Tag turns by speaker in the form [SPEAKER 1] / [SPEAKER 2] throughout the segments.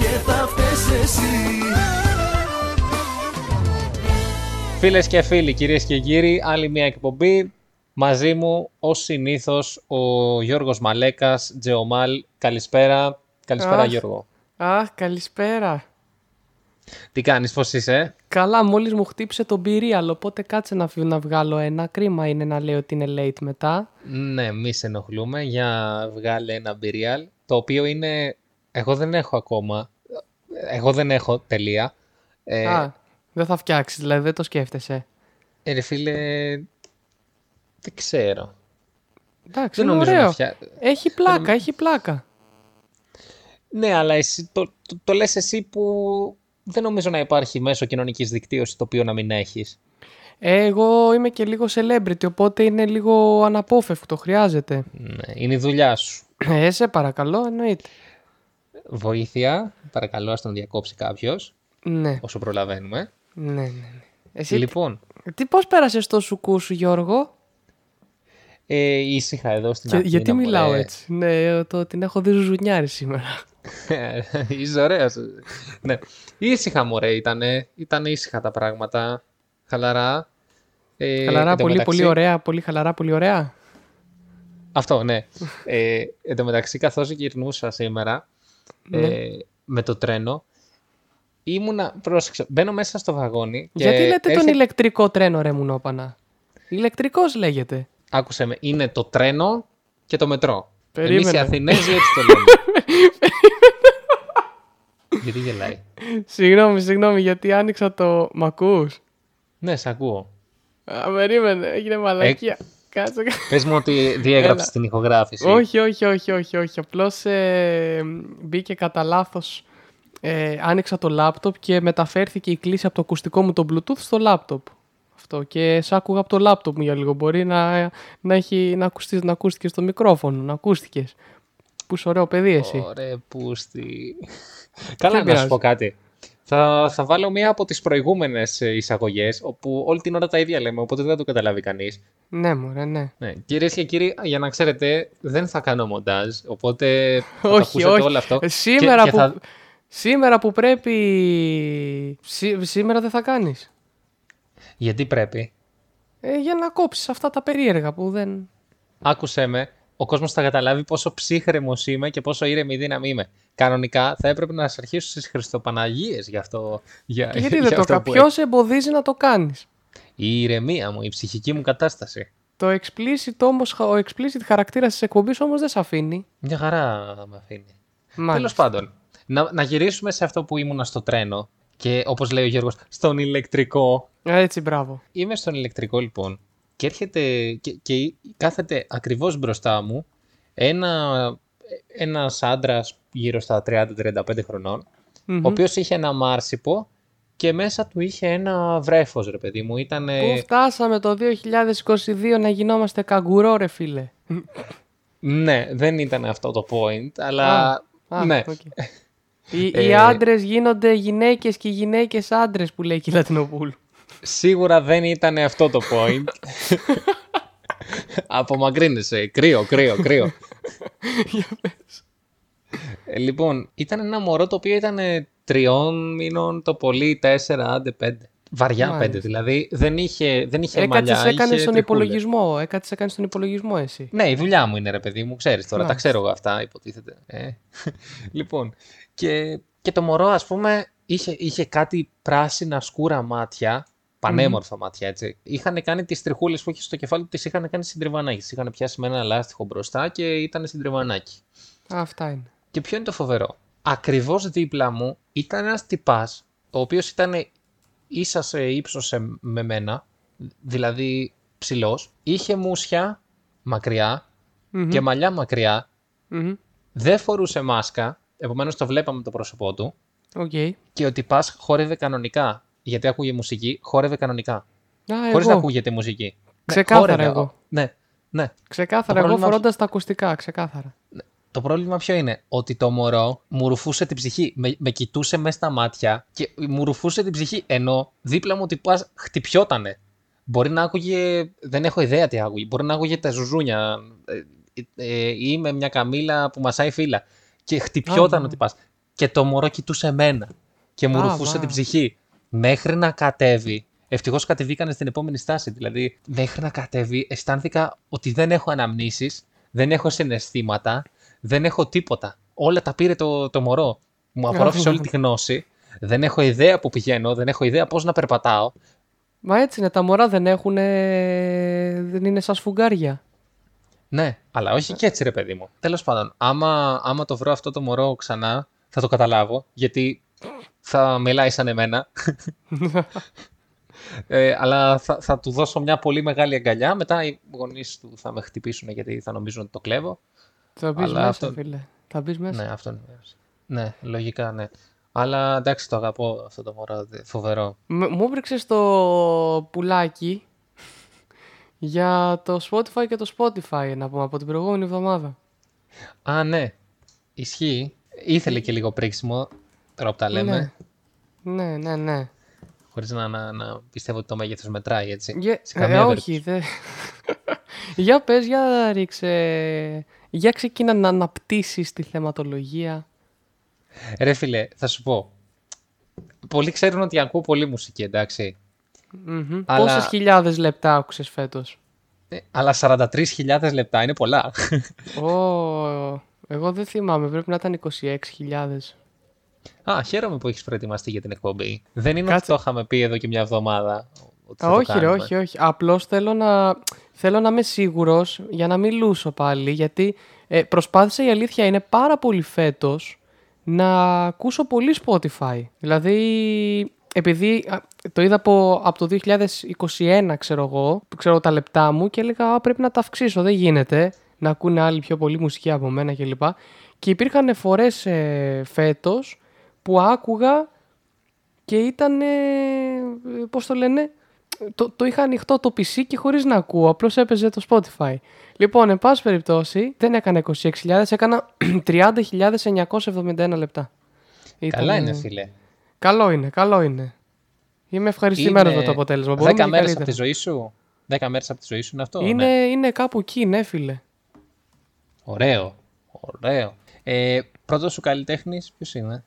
[SPEAKER 1] και θα φταίς εσύ
[SPEAKER 2] Φίλες και φίλοι, κυρίες και κύριοι, άλλη μια εκπομπή. Μαζί μου, ως συνήθως, ο Γιώργος Μαλέκας, Τζεομάλ. Καλησπέρα. Καλησπέρα,
[SPEAKER 3] Αχ.
[SPEAKER 2] Γιώργο.
[SPEAKER 3] Αχ, καλησπέρα.
[SPEAKER 2] Τι κάνεις, πώς είσαι,
[SPEAKER 3] Καλά, μόλις μου χτύπησε τον πυρίαλο, οπότε κάτσε να, φυ- να βγάλω ένα. Κρίμα είναι να λέει ότι είναι late μετά.
[SPEAKER 2] Ναι, μη σε ενοχλούμε. Για βγάλε ένα μπυριάλ. Το οποίο είναι. Εγώ δεν έχω ακόμα. Εγώ δεν έχω τελεία. Ε,
[SPEAKER 3] Α, δεν θα φτιάξεις, δηλαδή δεν το σκέφτεσαι.
[SPEAKER 2] ε, ρε φίλε. Δεν ξέρω.
[SPEAKER 3] Εντάξει,
[SPEAKER 2] Δεν
[SPEAKER 3] είναι
[SPEAKER 2] νομίζω
[SPEAKER 3] ωραίο.
[SPEAKER 2] να φτιά...
[SPEAKER 3] Έχει πλάκα, έχει πλάκα.
[SPEAKER 2] Ναι, αλλά εσύ, το, το, το λες εσύ που δεν νομίζω να υπάρχει μέσο κοινωνικής δικτύωσης το οποίο να μην έχεις.
[SPEAKER 3] Ε, εγώ είμαι και λίγο celebrity, οπότε είναι λίγο αναπόφευκτο, χρειάζεται.
[SPEAKER 2] Ναι, είναι η δουλειά σου.
[SPEAKER 3] Ε, σε παρακαλώ, εννοείται.
[SPEAKER 2] Βοήθεια, παρακαλώ, ας τον διακόψει κάποιος,
[SPEAKER 3] Ναι,
[SPEAKER 2] όσο προλαβαίνουμε.
[SPEAKER 3] ναι, ναι. ναι. Εσύ,
[SPEAKER 2] Λοιπόν,
[SPEAKER 3] τι πώς πέρασες το σουκού σου, Γιώργο?
[SPEAKER 2] ε, ήσυχα εδώ στην
[SPEAKER 3] Και,
[SPEAKER 2] Αθήνα.
[SPEAKER 3] γιατί
[SPEAKER 2] μωρέ.
[SPEAKER 3] μιλάω έτσι. Ναι, το, την έχω δει ζουζουνιάρη σήμερα.
[SPEAKER 2] Είσαι ωραίος. ναι. Ήσυχα, μωρέ, ήτανε. Ήταν ήσυχα τα πράγματα. Χαλαρά. Ε,
[SPEAKER 3] Χαλαρά,
[SPEAKER 2] εν τω
[SPEAKER 3] πολύ, πολύ
[SPEAKER 2] μεταξύ-
[SPEAKER 3] ωραία, πολύ χαλαρά, πολύ ωραία.
[SPEAKER 2] Αυτό, ναι. ε, εν τω μεταξύ, καθώς γυρνούσα σήμερα
[SPEAKER 3] Ναι.
[SPEAKER 2] ε, με το τρένο, ήμουνα, πρόσεξε, μπαίνω μέσα στο βαγόνι και
[SPEAKER 3] Γιατί λέτε
[SPEAKER 2] έρχεται-
[SPEAKER 3] τον ηλεκτρικό τρένο, ρε Μουνόπανα. Ηλεκτρικός λέγεται.
[SPEAKER 2] Άκουσε με, είναι το τρένο και το μετρό.
[SPEAKER 3] Περίμενε.
[SPEAKER 2] Εμείς οι Αθηνέζοι έτσι το λέμε. Γιατί γελάει.
[SPEAKER 3] Συγγνώμη, συγγνώμη, γιατί άνοιξα το. Μ' ακούς?
[SPEAKER 2] Ναι, σε ακούω.
[SPEAKER 3] Α, περίμενε, έγινε μαλακία.
[SPEAKER 2] Ε,
[SPEAKER 3] Κάτσε. κα-
[SPEAKER 2] Πες μου ότι διέγραψες
[SPEAKER 3] Έλα.
[SPEAKER 2] την ηχογράφηση.
[SPEAKER 3] όχι, όχι, όχι, όχι, όχι. Απλώς μπήκε κατά λάθος. Ε, άνοιξα το λάπτοπ και μεταφέρθηκε η κλίση από το ακουστικό μου το Bluetooth στο λάπτοπ. Αυτό. Και σ' άκουγα από το λάπτοπ μου για λίγο. Μπορεί να, να, έχει, να, ακουστείς, να ακούστηκες στο μικρόφωνο, να ακούστηκες. Που σ' ωραίο παιδί εσύ.
[SPEAKER 2] Ωραία, πούστη. Καλά, να σου
[SPEAKER 3] πειράζει.
[SPEAKER 2] πω κάτι. Θα, θα βάλω μία από τις προηγούμενες ε, εισαγωγές, όπου όλη την ώρα τα ίδια λέμε, οπότε δεν θα το καταλάβει κανείς.
[SPEAKER 3] Ναι, μωρέ, ναι.
[SPEAKER 2] Ναι. Κυρίες και κύριοι, για να ξέρετε, δεν θα κάνω μοντάζ, οπότε θα το
[SPEAKER 3] όχι,
[SPEAKER 2] ακούσετε
[SPEAKER 3] όχι.
[SPEAKER 2] όλο αυτό.
[SPEAKER 3] Ε, Σήμερα,
[SPEAKER 2] και,
[SPEAKER 3] που,
[SPEAKER 2] και θα-
[SPEAKER 3] σήμερα που πρέπει. σή- σήμερα δεν θα κάνεις.
[SPEAKER 2] Γιατί πρέπει.
[SPEAKER 3] Ε, για να κόψεις αυτά τα περίεργα που δεν.
[SPEAKER 2] Άκουσέ με, ο κόσμος θα καταλάβει πόσο ψύχρεμος είμαι και πόσο ήρεμη δύναμη είμαι. Κανονικά θα έπρεπε να σας αρχίσω στις Χριστοπαναγίες για αυτό, για,
[SPEAKER 3] Και γιατί
[SPEAKER 2] Ε, για
[SPEAKER 3] δεν το
[SPEAKER 2] αυτό
[SPEAKER 3] κάνει.
[SPEAKER 2] που
[SPEAKER 3] Ποιος σε εμποδίζει να το κάνεις.
[SPEAKER 2] Η ηρεμία μου, η ψυχική μου κατάσταση.
[SPEAKER 3] Το explicit όμως, ο explicit χαρακτήρας της εκπομπής όμως δεν σε αφήνει.
[SPEAKER 2] Μια χαρά με αφήνει. Τέλο
[SPEAKER 3] Μάλιστα.
[SPEAKER 2] πάντων, να, να γυρίσουμε σε αυτό που ήμουνα στο τρένο και όπως λέει ο Γιώργος, στον ηλεκτρικό.
[SPEAKER 3] Έτσι, μπράβο.
[SPEAKER 2] Είμαι στον ηλεκτρικό λοιπόν και έρχεται και, και κάθεται ακριβώς μπροστά μου ένα ένας άντρας γύρω στα 30-35 χρονών,
[SPEAKER 3] Μμμ.
[SPEAKER 2] ο οποίος είχε ένα μάρσιπο και μέσα του είχε ένα βρέφος, ρε παιδί μου. Ήταν.
[SPEAKER 3] Πού φτάσαμε το 2022 να γινόμαστε καγκουρό, ρε φίλε.
[SPEAKER 2] Ναι, δεν ήταν αυτό το point, αλλά.
[SPEAKER 3] Α,
[SPEAKER 2] ναι.
[SPEAKER 3] οκ. Οι,
[SPEAKER 2] Ε,
[SPEAKER 3] οι άντρες γίνονται γυναίκες και οι γυναίκες άντρες που λέει και η Λατινοπούλου.
[SPEAKER 2] Σίγουρα δεν ήταν αυτό το point. Απομακρύνεσαι. Κρύο, κρύο, κρύο. Ε, λοιπόν, ήταν ένα μωρό το οποίο ήταν ε, τριών μήνων το πολύ, τέσσερα, άντε πέντε. Βαριά
[SPEAKER 3] Μάλιστα.
[SPEAKER 2] πέντε, δηλαδή δεν είχε, δεν είχε
[SPEAKER 3] Έκατσε,
[SPEAKER 2] Ε, μαλλιά,
[SPEAKER 3] έκανε
[SPEAKER 2] είχε
[SPEAKER 3] στον
[SPEAKER 2] τριχούλες.
[SPEAKER 3] υπολογισμό. Έκατσε, έκανες στον υπολογισμό εσύ.
[SPEAKER 2] Ναι, η δουλειά μου είναι ρε παιδί μου, ξέρεις τώρα, τα
[SPEAKER 3] Μάλιστα.
[SPEAKER 2] ξέρω εγώ αυτά υποτίθεται. Ε. λοιπόν, και, και το μωρό ας πούμε είχε, είχε κάτι πράσινα σκούρα μάτια, πανέμορφα μάτια έτσι. Είχαν κάνει τις τριχούλες που είχε στο κεφάλι του, τις είχαν κάνει συντριβανάκι. Τις είχαν πιάσει με ένα λάστιχο μπροστά και ήταν συντριβανάκι.
[SPEAKER 3] Α, αυτά είναι.
[SPEAKER 2] Και ποιο είναι το φοβερό. Ακριβώς δίπλα μου ήταν ένας τυπάς, ο οποίος ήταν ίσα σε ύψος σε- με μένα, δηλαδή ψηλός, είχε μουσια μακριά
[SPEAKER 3] Μμμ.
[SPEAKER 2] και μαλλιά μακριά,
[SPEAKER 3] Μμμ.
[SPEAKER 2] δεν φορούσε μάσκα, επομένως το βλέπαμε το πρόσωπό του
[SPEAKER 3] Οκ.
[SPEAKER 2] και ο τυπάς χόρευε κανονικά, γιατί άκουγε μουσική, χόρευε κανονικά.
[SPEAKER 3] Α,
[SPEAKER 2] Χωρίς να
[SPEAKER 3] εγώ.
[SPEAKER 2] ακούγεται μουσική. Ναι,
[SPEAKER 3] Ξεκάθαρα
[SPEAKER 2] χόρευε.
[SPEAKER 3] εγώ.
[SPEAKER 2] Ναι, ναι.
[SPEAKER 3] Ξεκάθαρα,
[SPEAKER 2] Το
[SPEAKER 3] εγώ
[SPEAKER 2] πρόβλημα-
[SPEAKER 3] φορώντας τα ακουστικά, ξεκάθαρα.
[SPEAKER 2] Το πρόβλημα ποιο είναι, ότι το μωρό μου ρουφούσε την ψυχή. Με, με κοιτούσε μέσα στα μάτια και μου ρουφούσε την ψυχή. Ενώ δίπλα μου ο τυπάς χτυπιότανε. Μπορεί να άκουγε. Δεν έχω ιδέα τι άκουγε. Μπορεί να άκουγε τα ζουζούνια. ε, ε, ε, ή με μια καμίλα που μασάει φύλλα. Και χτυπιόταν
[SPEAKER 3] Α. ναι.
[SPEAKER 2] ο τυπάς. και το μωρό κοιτούσε εμένα και μου
[SPEAKER 3] Α,
[SPEAKER 2] ρουφούσε
[SPEAKER 3] βα.
[SPEAKER 2] την ψυχή. Μέχρι να κατέβει, ευτυχώς κατεβήκανε στην επόμενη στάση. Δηλαδή, μέχρι να κατέβει, αισθάνθηκα ότι δεν έχω αναμνήσεις, δεν έχω συναισθήματα, δεν έχω τίποτα. Όλα τα πήρε το, το μωρό. Μου απορρόφησε όλη τη γνώση. Δεν έχω ιδέα που πηγαίνω, δεν έχω ιδέα πώς να περπατάω.
[SPEAKER 3] Μα έτσι είναι, τα μωρά δεν έχουν. δεν είναι σαν σφουγγάρια.
[SPEAKER 2] Ναι, αλλά όχι και έτσι, ρε παιδί μου. Τέλος πάντων, άμα, άμα το βρω αυτό το μωρό ξανά, θα το καταλάβω, γιατί θα μιλάει σαν εμένα. ε, αλλά θα, θα του δώσω μια πολύ μεγάλη αγκαλιά. Μετά οι γονείς του θα με χτυπήσουν γιατί θα νομίζουν ότι το κλέβω.
[SPEAKER 3] Θα μπει
[SPEAKER 2] Αλλά
[SPEAKER 3] μέσα,
[SPEAKER 2] αυτό-
[SPEAKER 3] φίλε. Θα μπει μέσα.
[SPEAKER 2] Ναι, αυτό είναι. Ναι, λογικά ναι. Αλλά εντάξει, το αγαπώ αυτό το μωρό. δε- Φοβερό.
[SPEAKER 3] Μ- Μου έπρεξε το πουλάκι για το Spotify και το Spotify, να πούμε, από την προηγούμενη εβδομάδα.
[SPEAKER 2] Α, ναι. Ισχύει. Ήθελε και λίγο πρίξιμο. Τώρα που τα λέμε.
[SPEAKER 3] Ναι. Ναι, ναι, ναι.
[SPEAKER 2] Χωρίς να, να, να πιστεύω ότι το μέγεθος μετράει έτσι.
[SPEAKER 3] Για...
[SPEAKER 2] Σε
[SPEAKER 3] Ε,
[SPEAKER 2] καμία
[SPEAKER 3] όχι,
[SPEAKER 2] περίπτωση.
[SPEAKER 3] δεν. για πες, για ρίξε. Για ξεκίνα να αναπτύσσεις τη θεματολογία.
[SPEAKER 2] Ρε φίλε, θα σου πω. Πολλοί ξέρουν ότι ακούω πολύ μουσική, εντάξει.
[SPEAKER 3] Μμμ.
[SPEAKER 2] Αλλά-
[SPEAKER 3] Πόσες χιλιάδες λεπτά άκουσες φέτος.
[SPEAKER 2] Ε, Αλλά 43.000 λεπτά είναι πολλά.
[SPEAKER 3] Ω, εγώ δεν θυμάμαι, πρέπει να ήταν 26.000.
[SPEAKER 2] Α, χαίρομαι που έχεις προετοιμαστεί για την εκπομπή. Δεν είναι ότι
[SPEAKER 3] Κάτσε.
[SPEAKER 2] το είχαμε πει εδώ και μια εβδομάδα. Ότι
[SPEAKER 3] Α,
[SPEAKER 2] θα το
[SPEAKER 3] όχι, ρε,
[SPEAKER 2] κάνουμε.
[SPEAKER 3] όχι, όχι. Απλώς θέλω να, θέλω να είμαι σίγουρος για να μιλούσω πάλι, γιατί ε, προσπάθησα, η αλήθεια είναι, πάρα πολύ φέτος να ακούσω πολύ Spotify. Δηλαδή, επειδή α, το είδα από, από το 2021, ξέρω εγώ, που ξέρω τα λεπτά μου και έλεγα «Α, πρέπει να τα αυξήσω, δεν γίνεται να ακούνε άλλοι πιο πολύ μουσική από μένα κλπ. Και, υπήρχαν φορές ε, φέτος που άκουγα και ήταν, ε, ε, πώς το λένε, το, το είχα ανοιχτό το PC και χωρίς να ακούω, απλώς έπαιζε το Spotify. Λοιπόν, εν πάση περιπτώσει, δεν έκανα 26.000, έκανα 30.971 λεπτά.
[SPEAKER 2] Καλά
[SPEAKER 3] Ήταν,
[SPEAKER 2] είναι,
[SPEAKER 3] ε,
[SPEAKER 2] φίλε.
[SPEAKER 3] Καλό είναι, καλό είναι. Είμαι ευχαριστημένος
[SPEAKER 2] Είναι
[SPEAKER 3] με το αποτέλεσμα.
[SPEAKER 2] 10
[SPEAKER 3] Μπορούμε και
[SPEAKER 2] μέρες από
[SPEAKER 3] καλύτερα.
[SPEAKER 2] τη ζωή σου. 10 μέρες από τη ζωή σου είναι αυτό.
[SPEAKER 3] είναι,
[SPEAKER 2] ναι.
[SPEAKER 3] είναι κάπου εκεί, ναι, φίλε.
[SPEAKER 2] Ωραίο. Ωραίο. Ε, πρώτος σου καλλιτέχνης, ποιος είναι.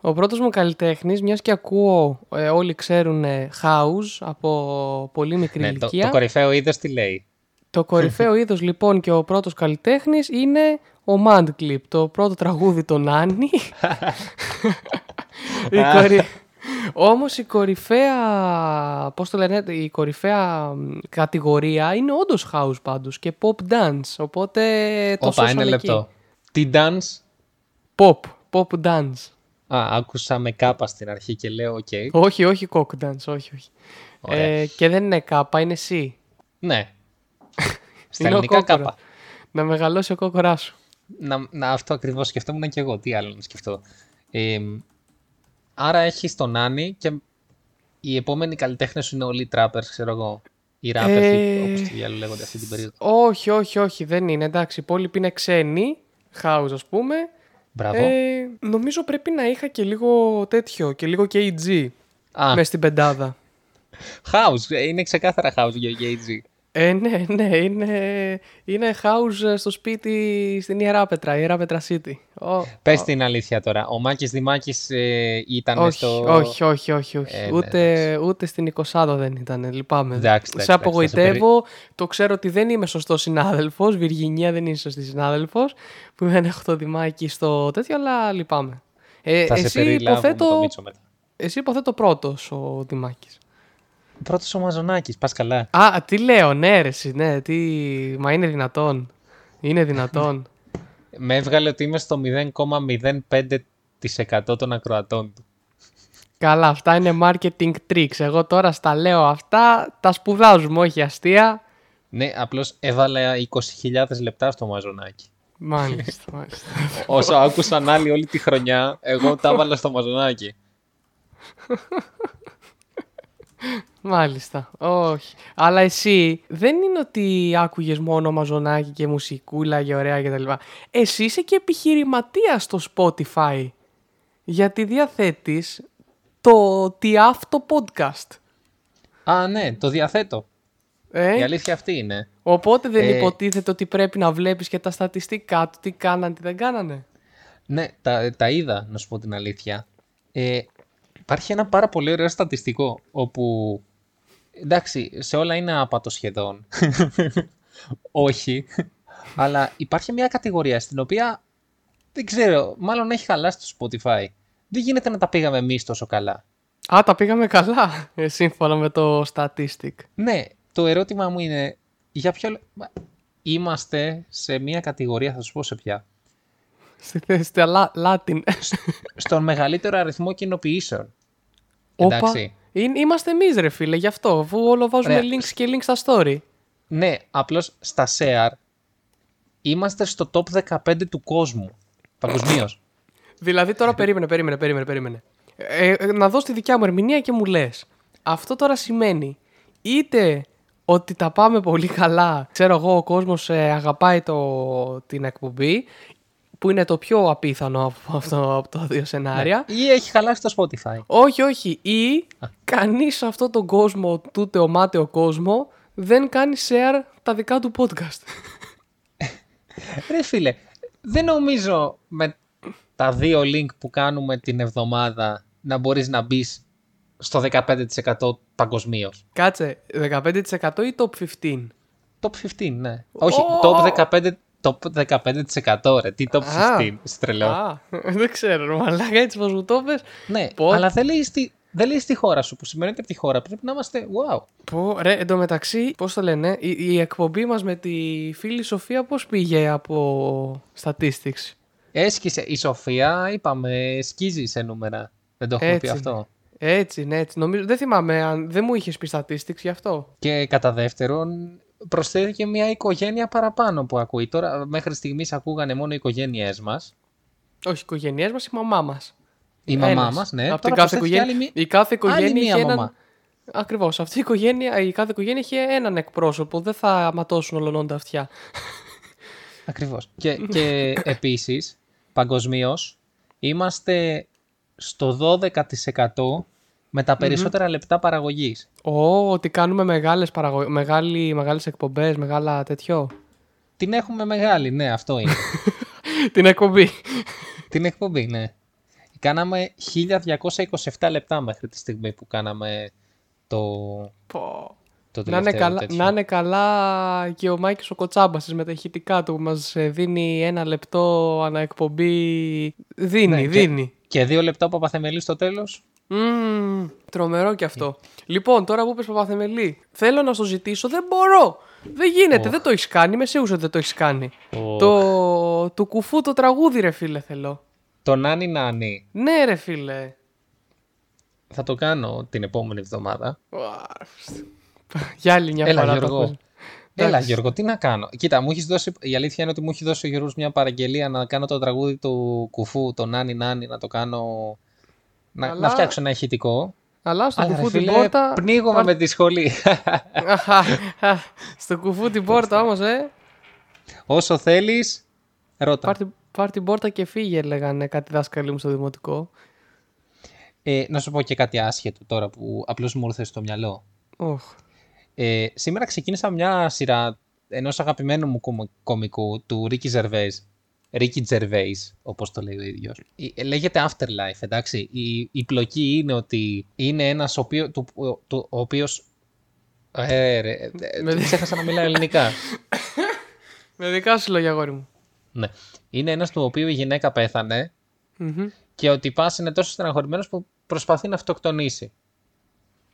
[SPEAKER 3] Ο πρώτος μου καλλιτέχνης, μιας και ακούω, ε, όλοι ξέρουν ε, house από πολύ μικρή
[SPEAKER 2] Ναι, το,
[SPEAKER 3] ηλικία.
[SPEAKER 2] το κορυφαίο είδε τι λέει.
[SPEAKER 3] Το κορυφαίο είδος λοιπόν και ο πρώτος καλλιτέχνης είναι ο Mandclip, το πρώτο τραγούδι των Άννη. η κορυ... Όμως η κορυφαία, πώς το λένε, η κορυφαία μ, κατηγορία είναι όντως house πάντως και pop dance, οπότε το
[SPEAKER 2] Όπα,
[SPEAKER 3] σώσαμε
[SPEAKER 2] ένα
[SPEAKER 3] εκεί.
[SPEAKER 2] λεπτό. Τι dance.
[SPEAKER 3] Pop, pop dance.
[SPEAKER 2] Α, άκουσα με κάπα στην αρχή και λέω, οκ.
[SPEAKER 3] Όχι, όχι cock dance, όχι, όχι.
[SPEAKER 2] Ωραία.
[SPEAKER 3] Ε, και δεν είναι κάπα, είναι C.
[SPEAKER 2] Ναι. Στα
[SPEAKER 3] Είναι ο
[SPEAKER 2] ελληνικά
[SPEAKER 3] κόκορας.
[SPEAKER 2] κάπα.
[SPEAKER 3] Να μεγαλώσει ο κόκοράς σου.
[SPEAKER 2] Να, να, αυτό ακριβώς σκεφτόμουν και εγώ. Τι άλλο να σκεφτώ. Ε, άρα έχει τον Άννη και οι επόμενοι καλλιτέχνες είναι όλοι οι trappers, ξέρω εγώ. Οι rappers,
[SPEAKER 3] Ε,
[SPEAKER 2] όπως τη διάλογο λέγονται αυτή την περίοδο.
[SPEAKER 3] Όχι, όχι, όχι, δεν είναι. Εντάξει, οι υπόλοιποι είναι ξένοι. House, ας πούμε.
[SPEAKER 2] Μπράβο.
[SPEAKER 3] Ε, νομίζω πρέπει να είχα και λίγο τέτοιο και λίγο KG
[SPEAKER 2] Α,
[SPEAKER 3] μες στην πεντάδα.
[SPEAKER 2] house. ε, Είναι ξεκάθαρα house για Gage.
[SPEAKER 3] Ε, ναι, ναι, είναι, είναι house στο σπίτι στην Ιερά Πέτρα, Ιερά Πέτρα City. Ο-
[SPEAKER 2] Πες την αλήθεια τώρα. Ο Μάκης Δημάκης ε, ήταν
[SPEAKER 3] όχι,
[SPEAKER 2] στο.
[SPEAKER 3] όχι, όχι, όχι, όχι.
[SPEAKER 2] Ε, ναι,
[SPEAKER 3] ούτε, ούτε στην 20 δεν ήταν, λυπάμαι.
[SPEAKER 2] Εντάξει, εντάξει, εντάξει,
[SPEAKER 3] σε απογοητεύω, το ξέρω ότι δεν είμαι σωστός συνάδελφος. Βυργινία δεν είναι σωστή συνάδελφος, που δεν έχω το δημάκι στο τέτοιο, αλλά λυπάμαι. Ε,
[SPEAKER 2] Θα σε
[SPEAKER 3] εσύ,
[SPEAKER 2] περιλάβω με το
[SPEAKER 3] υποθέτω,
[SPEAKER 2] Μίτσο μετά.
[SPEAKER 3] εσύ υποθέτω πρώτος ο Δημάκης.
[SPEAKER 2] Πρώτος ο Μαζονάκης. Πας καλά.
[SPEAKER 3] Α, τι λέω, ναι, ρε, συ, ναι, τι... μα είναι δυνατόν. Είναι δυνατόν.
[SPEAKER 2] Με έβγαλε ότι είμαι στο 0,05% των ακροατών του.
[SPEAKER 3] Καλά, αυτά είναι marketing tricks. Εγώ τώρα στα λέω αυτά, τα σπουδάζουμε, όχι αστεία.
[SPEAKER 2] Ναι, απλώς έβαλα 20.000 λεπτά στο μαζονάκι.
[SPEAKER 3] Μάλιστα, μάλιστα.
[SPEAKER 2] Όσο άκουσαν άλλοι όλη τη χρονιά, εγώ τα έβαλα στο μαζονάκι.
[SPEAKER 3] Μάλιστα, όχι. Αλλά εσύ δεν είναι ότι άκουγες μόνο μαζονάκι και μουσικούλα και ωραία κτλ. Εσύ είσαι και επιχειρηματίας στο Spotify. Γιατί διαθέτεις το τι αυτό podcast.
[SPEAKER 2] Α, ναι, το διαθέτω. Η
[SPEAKER 3] Ε?
[SPEAKER 2] αλήθεια αυτή είναι.
[SPEAKER 3] Οπότε δεν
[SPEAKER 2] Ε.
[SPEAKER 3] υποτίθεται ότι πρέπει να βλέπεις και τα στατιστικά του, τι κάνανε, τι δεν κάνανε.
[SPEAKER 2] Ναι, τα, τα είδα, να σου πω την αλήθεια. Ε, υπάρχει ένα πάρα πολύ ωραίο στατιστικό όπου. Εντάξει, σε όλα είναι άπατο σχεδόν. Όχι. Αλλά υπάρχει μια κατηγορία στην οποία δεν ξέρω, μάλλον έχει χαλάσει το Spotify. Δεν γίνεται να τα πήγαμε εμείς τόσο καλά.
[SPEAKER 3] Α, τα πήγαμε καλά, ε, σύμφωνα με το statistic.
[SPEAKER 2] Ναι, το ερώτημα μου είναι για ποιο. λο- Μα, Είμαστε σε μια κατηγορία, θα σου πω σε ποια.
[SPEAKER 3] Στη θέση στα λα- Latin.
[SPEAKER 2] Στον μεγαλύτερο αριθμό κοινοποιήσεων.
[SPEAKER 3] Όπα,
[SPEAKER 2] Εντάξει.
[SPEAKER 3] είναι- είμαστε εμείς, ρε φίλε, γι' αυτό. Αφού όλο βάζουμε
[SPEAKER 2] Ρε.
[SPEAKER 3] links και links στα story.
[SPEAKER 2] Ναι, απλώς στα share είμαστε στο top 15 του κόσμου. Παγκοσμίως.
[SPEAKER 3] Δηλαδή τώρα περίμενε, περίμενε, περίμενε, περίμενε. Ε, ε, να δω τη δικιά μου ερμηνεία και μου λες. Αυτό τώρα σημαίνει είτε ότι τα πάμε πολύ καλά. Ξέρω εγώ, ο κόσμος αγαπάει το, την εκπομπή, που είναι το πιο απίθανο από, αυτό, από τα δύο σενάρια.
[SPEAKER 2] Ή έχει χαλάσει το Spotify.
[SPEAKER 3] Όχι, όχι. Ή κανείς σε αυτόν τον κόσμο, τούτε ο μάταιο κόσμο, δεν κάνει share τα δικά του podcast.
[SPEAKER 2] Ρε φίλε, δεν νομίζω με τα δύο link που κάνουμε την εβδομάδα να μπορείς να μπεις στο 15% παγκοσμίως.
[SPEAKER 3] Κάτσε, 15% ή top 15%.
[SPEAKER 2] Top 15, ναι. Όχι,
[SPEAKER 3] Ω!
[SPEAKER 2] top 15%. Top 15% ρε, τι top
[SPEAKER 3] Α.
[SPEAKER 2] 15, στρελό.
[SPEAKER 3] Α, δεν ξέρω, μαλάκα έτσι πως μου το πες.
[SPEAKER 2] Ναι,
[SPEAKER 3] Πω.
[SPEAKER 2] αλλά δεν λέει, στη, δεν λέει στη χώρα σου, που σημαίνει ότι από τη χώρα πρέπει να είμαστε wow.
[SPEAKER 3] Πω, ρε, εντωμεταξύ, πώς το λένε, η, η εκπομπή μας με τη φίλη Σοφία πώς πήγε από statistics.
[SPEAKER 2] Έσκησε η Σοφία, είπαμε, σκίζει σε νούμερα. Δεν το έχουμε
[SPEAKER 3] Έτσι
[SPEAKER 2] πει αυτό.
[SPEAKER 3] είναι. Έτσι, ναι, έτσι. Νομίζω, δεν θυμάμαι αν δεν μου είχες πει statistics γι' αυτό.
[SPEAKER 2] Και κατά δεύτερον, προσθέθηκε μια οικογένεια παραπάνω που ακούει. Τώρα, μέχρι στιγμής ακούγανε μόνο οι οικογένειές μας.
[SPEAKER 3] Όχι, οι οικογένειές μας, η μαμά μας.
[SPEAKER 2] Η μαμά μας, ναι.
[SPEAKER 3] Από
[SPEAKER 2] Τώρα
[SPEAKER 3] Ε, την κάθε
[SPEAKER 2] προσθέθηκε
[SPEAKER 3] οικογένεια.
[SPEAKER 2] άλλη μη-
[SPEAKER 3] Η κάθε οικογένεια
[SPEAKER 2] άλλη μία
[SPEAKER 3] είχε έναν.
[SPEAKER 2] μαμά.
[SPEAKER 3] Ακριβώς. Αυτή η οικογένεια, η κάθε οικογένεια είχε έναν εκπρόσωπο. Δεν θα ματώσουν όλων τα αυτιά.
[SPEAKER 2] Ακριβώς. Και, και επίσης, παγκοσμίως, είμαστε στο 12% με τα περισσότερα λεπτά παραγωγής.
[SPEAKER 3] Ω, ότι κάνουμε μεγάλες παραγω... μεγάλη, μεγάλες εκπομπές, μεγάλα τέτοιο.
[SPEAKER 2] Την έχουμε μεγάλη, ναι, αυτό είναι.
[SPEAKER 3] την εκπομπή.
[SPEAKER 2] Την εκπομπή, ναι. Κάναμε 1227 λεπτά μέχρι τη στιγμή που κάναμε το,
[SPEAKER 3] Πω.
[SPEAKER 2] το
[SPEAKER 3] Να
[SPEAKER 2] τελευταίο
[SPEAKER 3] είναι, καλά,
[SPEAKER 2] τέτοιο.
[SPEAKER 3] να είναι καλά και ο Μάικης ο Κοτσάμπας με τα ηχητικά του που μας ε, δίνει ένα λεπτό αναεκπομπή. Δίνει,
[SPEAKER 2] Ναι, και-
[SPEAKER 3] δίνει.
[SPEAKER 2] Και δύο λεπτά παπαθεμελή στο τέλος.
[SPEAKER 3] Μμμ, τρομερό και αυτό. Λοιπόν, τώρα που είπες Παπαθεμελή, θέλω να στο ζητήσω, δεν μπορώ. Δεν γίνεται,
[SPEAKER 2] Οχ.
[SPEAKER 3] δεν το έχεις κάνει, με σίγουρος ότι δεν το έχεις κάνει.
[SPEAKER 2] Οχ.
[SPEAKER 3] Το, του κουφού το τραγούδι ρε φίλε θέλω.
[SPEAKER 2] Το Νάνι Νάνι
[SPEAKER 3] Ναι ρε φίλε.
[SPEAKER 2] θα το κάνω την επόμενη εβδομάδα.
[SPEAKER 3] Ουα, Για άλλη μια
[SPEAKER 2] Έλα,
[SPEAKER 3] φορά. το
[SPEAKER 2] Γιώργο.
[SPEAKER 3] ακούς.
[SPEAKER 2] Έλα
[SPEAKER 3] Εντάξει.
[SPEAKER 2] Γιώργο, τι να κάνω. Κοίτα, μου έχεις δώσει, η αλήθεια είναι ότι μου έχει δώσει ο Γιώργος μια παραγγελία να κάνω το τραγούδι του κουφού, το Νάνι Νάνι, να το κάνω... Να,
[SPEAKER 3] Αλλά-
[SPEAKER 2] να φτιάξω ένα ηχητικό.
[SPEAKER 3] Αλλά στον
[SPEAKER 2] Αλλά ρε
[SPEAKER 3] κουφού την
[SPEAKER 2] φίλε,
[SPEAKER 3] πόρτα...
[SPEAKER 2] πνίγομαι
[SPEAKER 3] πάρ'
[SPEAKER 2] με τη σχολή.
[SPEAKER 3] Αχα, Στο κουφού την πόρτα όμως, ε.
[SPEAKER 2] Όσο θέλεις, ρώτα.
[SPEAKER 3] Πάρ' την- Πάρ την πόρτα και φύγε, λέγανε κάτι δάσκαλοι μου στο δημοτικό.
[SPEAKER 2] Ε, να σου πω και κάτι άσχετο τώρα που απλώς μου ήρθε στο μυαλό.
[SPEAKER 3] Οχ.
[SPEAKER 2] Ε, σήμερα ξεκίνησα μια σειρά ενός αγαπημένου μου κομ- κομικού, του Ricky Gervais. Ricky Gervais, όπως το λέει ο ίδιος. Ε, Λέγεται Afterlife, εντάξει. Η, η πλοκή είναι ότι είναι ένας ο, οποίο, του, του- ο οποίος... Ε, ρε, ε,
[SPEAKER 3] Με-
[SPEAKER 2] ξέχασα να μιλάω ελληνικά.
[SPEAKER 3] Με δικά σου λόγια, αγόρι μου.
[SPEAKER 2] ναι. Είναι ένας του οποίου η γυναίκα πέθανε
[SPEAKER 3] Μμμ.
[SPEAKER 2] και ο τυπάς είναι τόσο στεναχωρημένος που προσπαθεί να αυτοκτονήσει.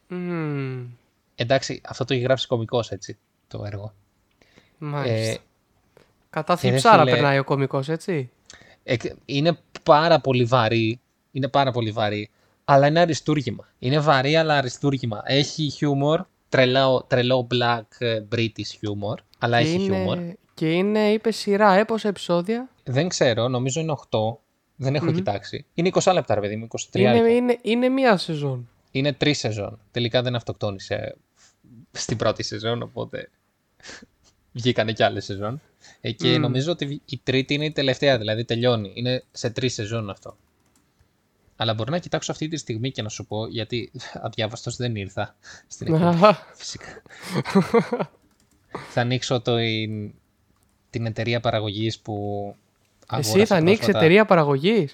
[SPEAKER 3] Μμμ.
[SPEAKER 2] Εντάξει, αυτό το έχει γράψει κωμικός, έτσι, το έργο. Ε,
[SPEAKER 3] Μάλιστα. Κατά
[SPEAKER 2] και ρε
[SPEAKER 3] θλιψάρα
[SPEAKER 2] φίλε-
[SPEAKER 3] περνάει ο κωμικός, έτσι.
[SPEAKER 2] εκ- είναι πάρα πολύ βαρύ. Είναι πάρα πολύ βαρύ. Αλλά είναι αριστούργημα. Είναι βαρύ, αλλά αριστούργημα. Έχει χιούμορ. Τρελό, τρελό black ε, British χιούμορ. Αλλά
[SPEAKER 3] Και
[SPEAKER 2] έχει χιούμορ.
[SPEAKER 3] είναι... και είναι, είπε σειρά, ε, πόσα επεισόδια.
[SPEAKER 2] Δεν ξέρω, νομίζω είναι 8. Δεν εχω κοιτάξει. Είναι 20 λεπτά, ρε παιδί μου, 23.
[SPEAKER 3] Είναι,
[SPEAKER 2] Είναι,
[SPEAKER 3] είναι, είναι μία σεζόν.
[SPEAKER 2] είναι τρεις σεζόν. Τελικά δεν αυτοκτόνησε στην πρώτη σεζόν, οπότε βγήκανε κι άλλε σεζόν. Ε, και
[SPEAKER 3] Μμμ.
[SPEAKER 2] νομίζω ότι η τρίτη είναι η τελευταία, δηλαδή τελειώνει. Είναι σε τρεις σεζόν αυτό. Αλλά μπορώ να κοιτάξω αυτή τη στιγμή και να σου πω, γιατί αδιάβαστος δεν ήρθα στην εκπομπή, φυσικά. Θα ανοίξω το, την εταιρεία παραγωγής που
[SPEAKER 3] Εσύ
[SPEAKER 2] αγόρασα
[SPEAKER 3] θα ανοίξεις
[SPEAKER 2] πρόσφατα.
[SPEAKER 3] εταιρεία παραγωγής.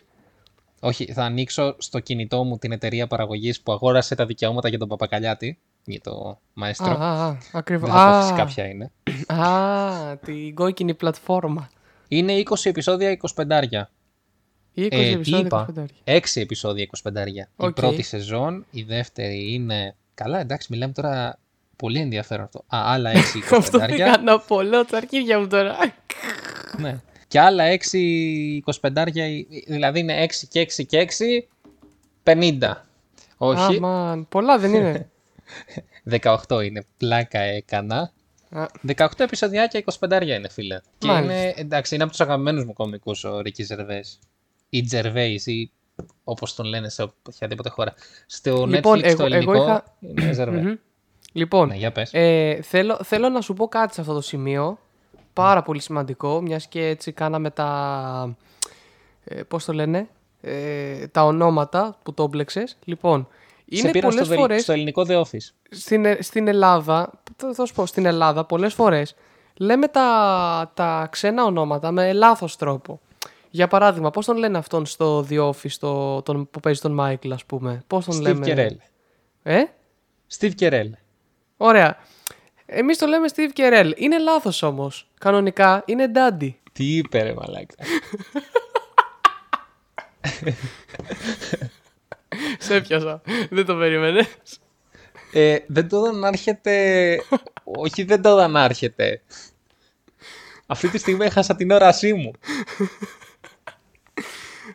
[SPEAKER 2] Όχι, θα ανοίξω στο κινητό μου την εταιρεία παραγωγής που αγόρασε τα δικαιώματα για τον Παπακαλιάτη, για το
[SPEAKER 3] Α,
[SPEAKER 2] μαέστρο.
[SPEAKER 3] α, α,
[SPEAKER 2] Δεν
[SPEAKER 3] ακριβώ.
[SPEAKER 2] θα πω
[SPEAKER 3] Α,
[SPEAKER 2] φυσικά ποια είναι.
[SPEAKER 3] α, την κόκκινη πλατφόρμα.
[SPEAKER 2] Είναι 20 επεισόδια 25.
[SPEAKER 3] 20
[SPEAKER 2] Ε, τι
[SPEAKER 3] επεισόδια
[SPEAKER 2] είπα.
[SPEAKER 3] καφεντάρια.
[SPEAKER 2] 6 επεισόδια 25. Η
[SPEAKER 3] Οκ.
[SPEAKER 2] πρώτη σεζόν, η δεύτερη είναι. Καλά, εντάξει, μιλάμε τώρα. Πολύ ενδιαφέρον αυτό. Α, άλλα 6
[SPEAKER 3] Αυτό
[SPEAKER 2] 25.
[SPEAKER 3] πήγα να πω, λέω τα αρχίδια μου τώρα.
[SPEAKER 2] ναι. Και άλλα 6 25. Δηλαδή είναι 6 και 6 και 6. 50. Όχι,
[SPEAKER 3] Αμάν, πολλά δεν είναι.
[SPEAKER 2] 18 είναι. Πλάκα έκανα.
[SPEAKER 3] Α,
[SPEAKER 2] 18 επεισοδιάκια 25 είναι, φίλε. Και
[SPEAKER 3] Μάλιστα.
[SPEAKER 2] είναι, εντάξει, είναι από τους αγαπημένους μου κομικούς ο Ρίκης Ζερβές. Ή Τζερβέης, ή όπως τον λένε σε οποιαδήποτε χώρα. Στο
[SPEAKER 3] Λοιπόν,
[SPEAKER 2] Netflix το
[SPEAKER 3] εγώ- εγώ
[SPEAKER 2] ελληνικό.
[SPEAKER 3] είχα-
[SPEAKER 2] Είναι Ζερβέ.
[SPEAKER 3] μμμ. Λοιπόν,
[SPEAKER 2] Ναι, για πες.
[SPEAKER 3] Ε, θέλω, θέλω να σου πω κάτι σε αυτό το σημείο. Πάρα πολύ σημαντικό, μιας και έτσι κάναμε τα... Ε, πώς το λένε? Ε, τα ονόματα που το μπλεξες. Λοιπόν,
[SPEAKER 2] σε
[SPEAKER 3] είναι
[SPEAKER 2] πήραν
[SPEAKER 3] πολλές
[SPEAKER 2] στο, βελ-
[SPEAKER 3] φορές
[SPEAKER 2] στο ελληνικό The Office.
[SPEAKER 3] στην, Ε- στην Ελλάδα, θα, θα σου πω, στην Ελλάδα πολλές φορές λέμε τα, τα ξένα ονόματα με λάθος τρόπο. Για παράδειγμα, πώς τον λένε αυτόν στο The Office, το, τον, που παίζει τον Μάικλ, ας πούμε. Πώς τον
[SPEAKER 2] Steve
[SPEAKER 3] λέμε. ναι.
[SPEAKER 2] Carell.
[SPEAKER 3] Ε?
[SPEAKER 2] Steve Carell.
[SPEAKER 3] Ωραία. Εμείς το λέμε Steve Carell. Είναι λάθος όμως. Κανονικά είναι Daddy.
[SPEAKER 2] Τι είπε ρε μαλάκα.
[SPEAKER 3] Σε πιάσα. Δεν το περίμενες.
[SPEAKER 2] ε, δεν το δανάρχεται... Όχι δεν το δανάρχεται. Αυτή τη στιγμή έχασα την όρασή μου.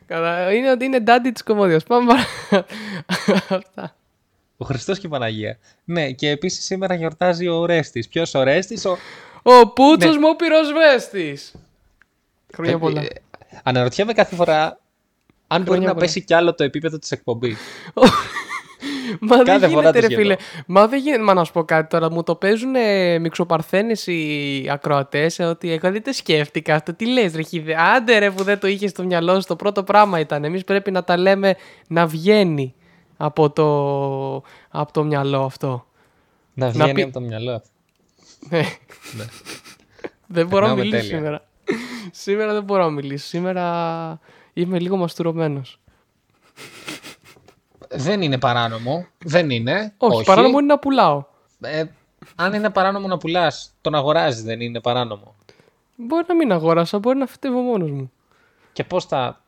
[SPEAKER 3] Καλά, Είναι ότι είναι Daddy της κομμωδίας. Πάμε παρα- Αυτά.
[SPEAKER 2] Ο Χριστός και η Παναγία. Ναι, και επίσης σήμερα γιορτάζει ο Ορέστης. Ποιος ο Ορέστης, ο...
[SPEAKER 3] Ο Πούτσος μου πυροσβέστη. Χρόνια
[SPEAKER 2] Ναι. Ε,
[SPEAKER 3] πολλά.
[SPEAKER 2] ε, αναρωτιέμαι κάθε φορά αν μπορεί
[SPEAKER 3] Χρόνια
[SPEAKER 2] να
[SPEAKER 3] πολλά.
[SPEAKER 2] πέσει κι άλλο το επίπεδο της εκπομπής.
[SPEAKER 3] Μα
[SPEAKER 2] κάθε φορά
[SPEAKER 3] δεν γίνεται,
[SPEAKER 2] το
[SPEAKER 3] ρε
[SPEAKER 2] σκέτο.
[SPEAKER 3] φίλε. Μα δεν γίνεται. Μα να σου πω κάτι τώρα. Μου το παίζουν ε, μυξοπαρθένε οι ακροατές. Ότι εγώ δεν το σκέφτηκα αυτό. Τι λες, ρε χιδε. Άντε, ρε που δεν το είχες στο μυαλό σου. Το πρώτο πράγμα ήταν. Εμείς πρέπει να τα λέμε να βγαίνει από το, από το μυαλό αυτό.
[SPEAKER 2] να βγαίνει
[SPEAKER 3] πει-
[SPEAKER 2] από το μυαλό.
[SPEAKER 3] Ναι. δεν μπορώ να
[SPEAKER 2] Περνάμε
[SPEAKER 3] μιλήσω
[SPEAKER 2] τέλεια.
[SPEAKER 3] σήμερα. σήμερα δεν μπορώ να μιλήσω. Σήμερα είμαι λίγο μαστουρωμένος.
[SPEAKER 2] Δεν είναι παράνομο. Δεν είναι.
[SPEAKER 3] Όχι, παράνομο είναι να πουλάω.
[SPEAKER 2] Ε, αν είναι παράνομο να πουλάς, τον αγοράζει, δεν είναι παράνομο.
[SPEAKER 3] Μπορεί να μην αγόρασα, μπορεί να φυτεύω μόνος μου.
[SPEAKER 2] Και πώς θα.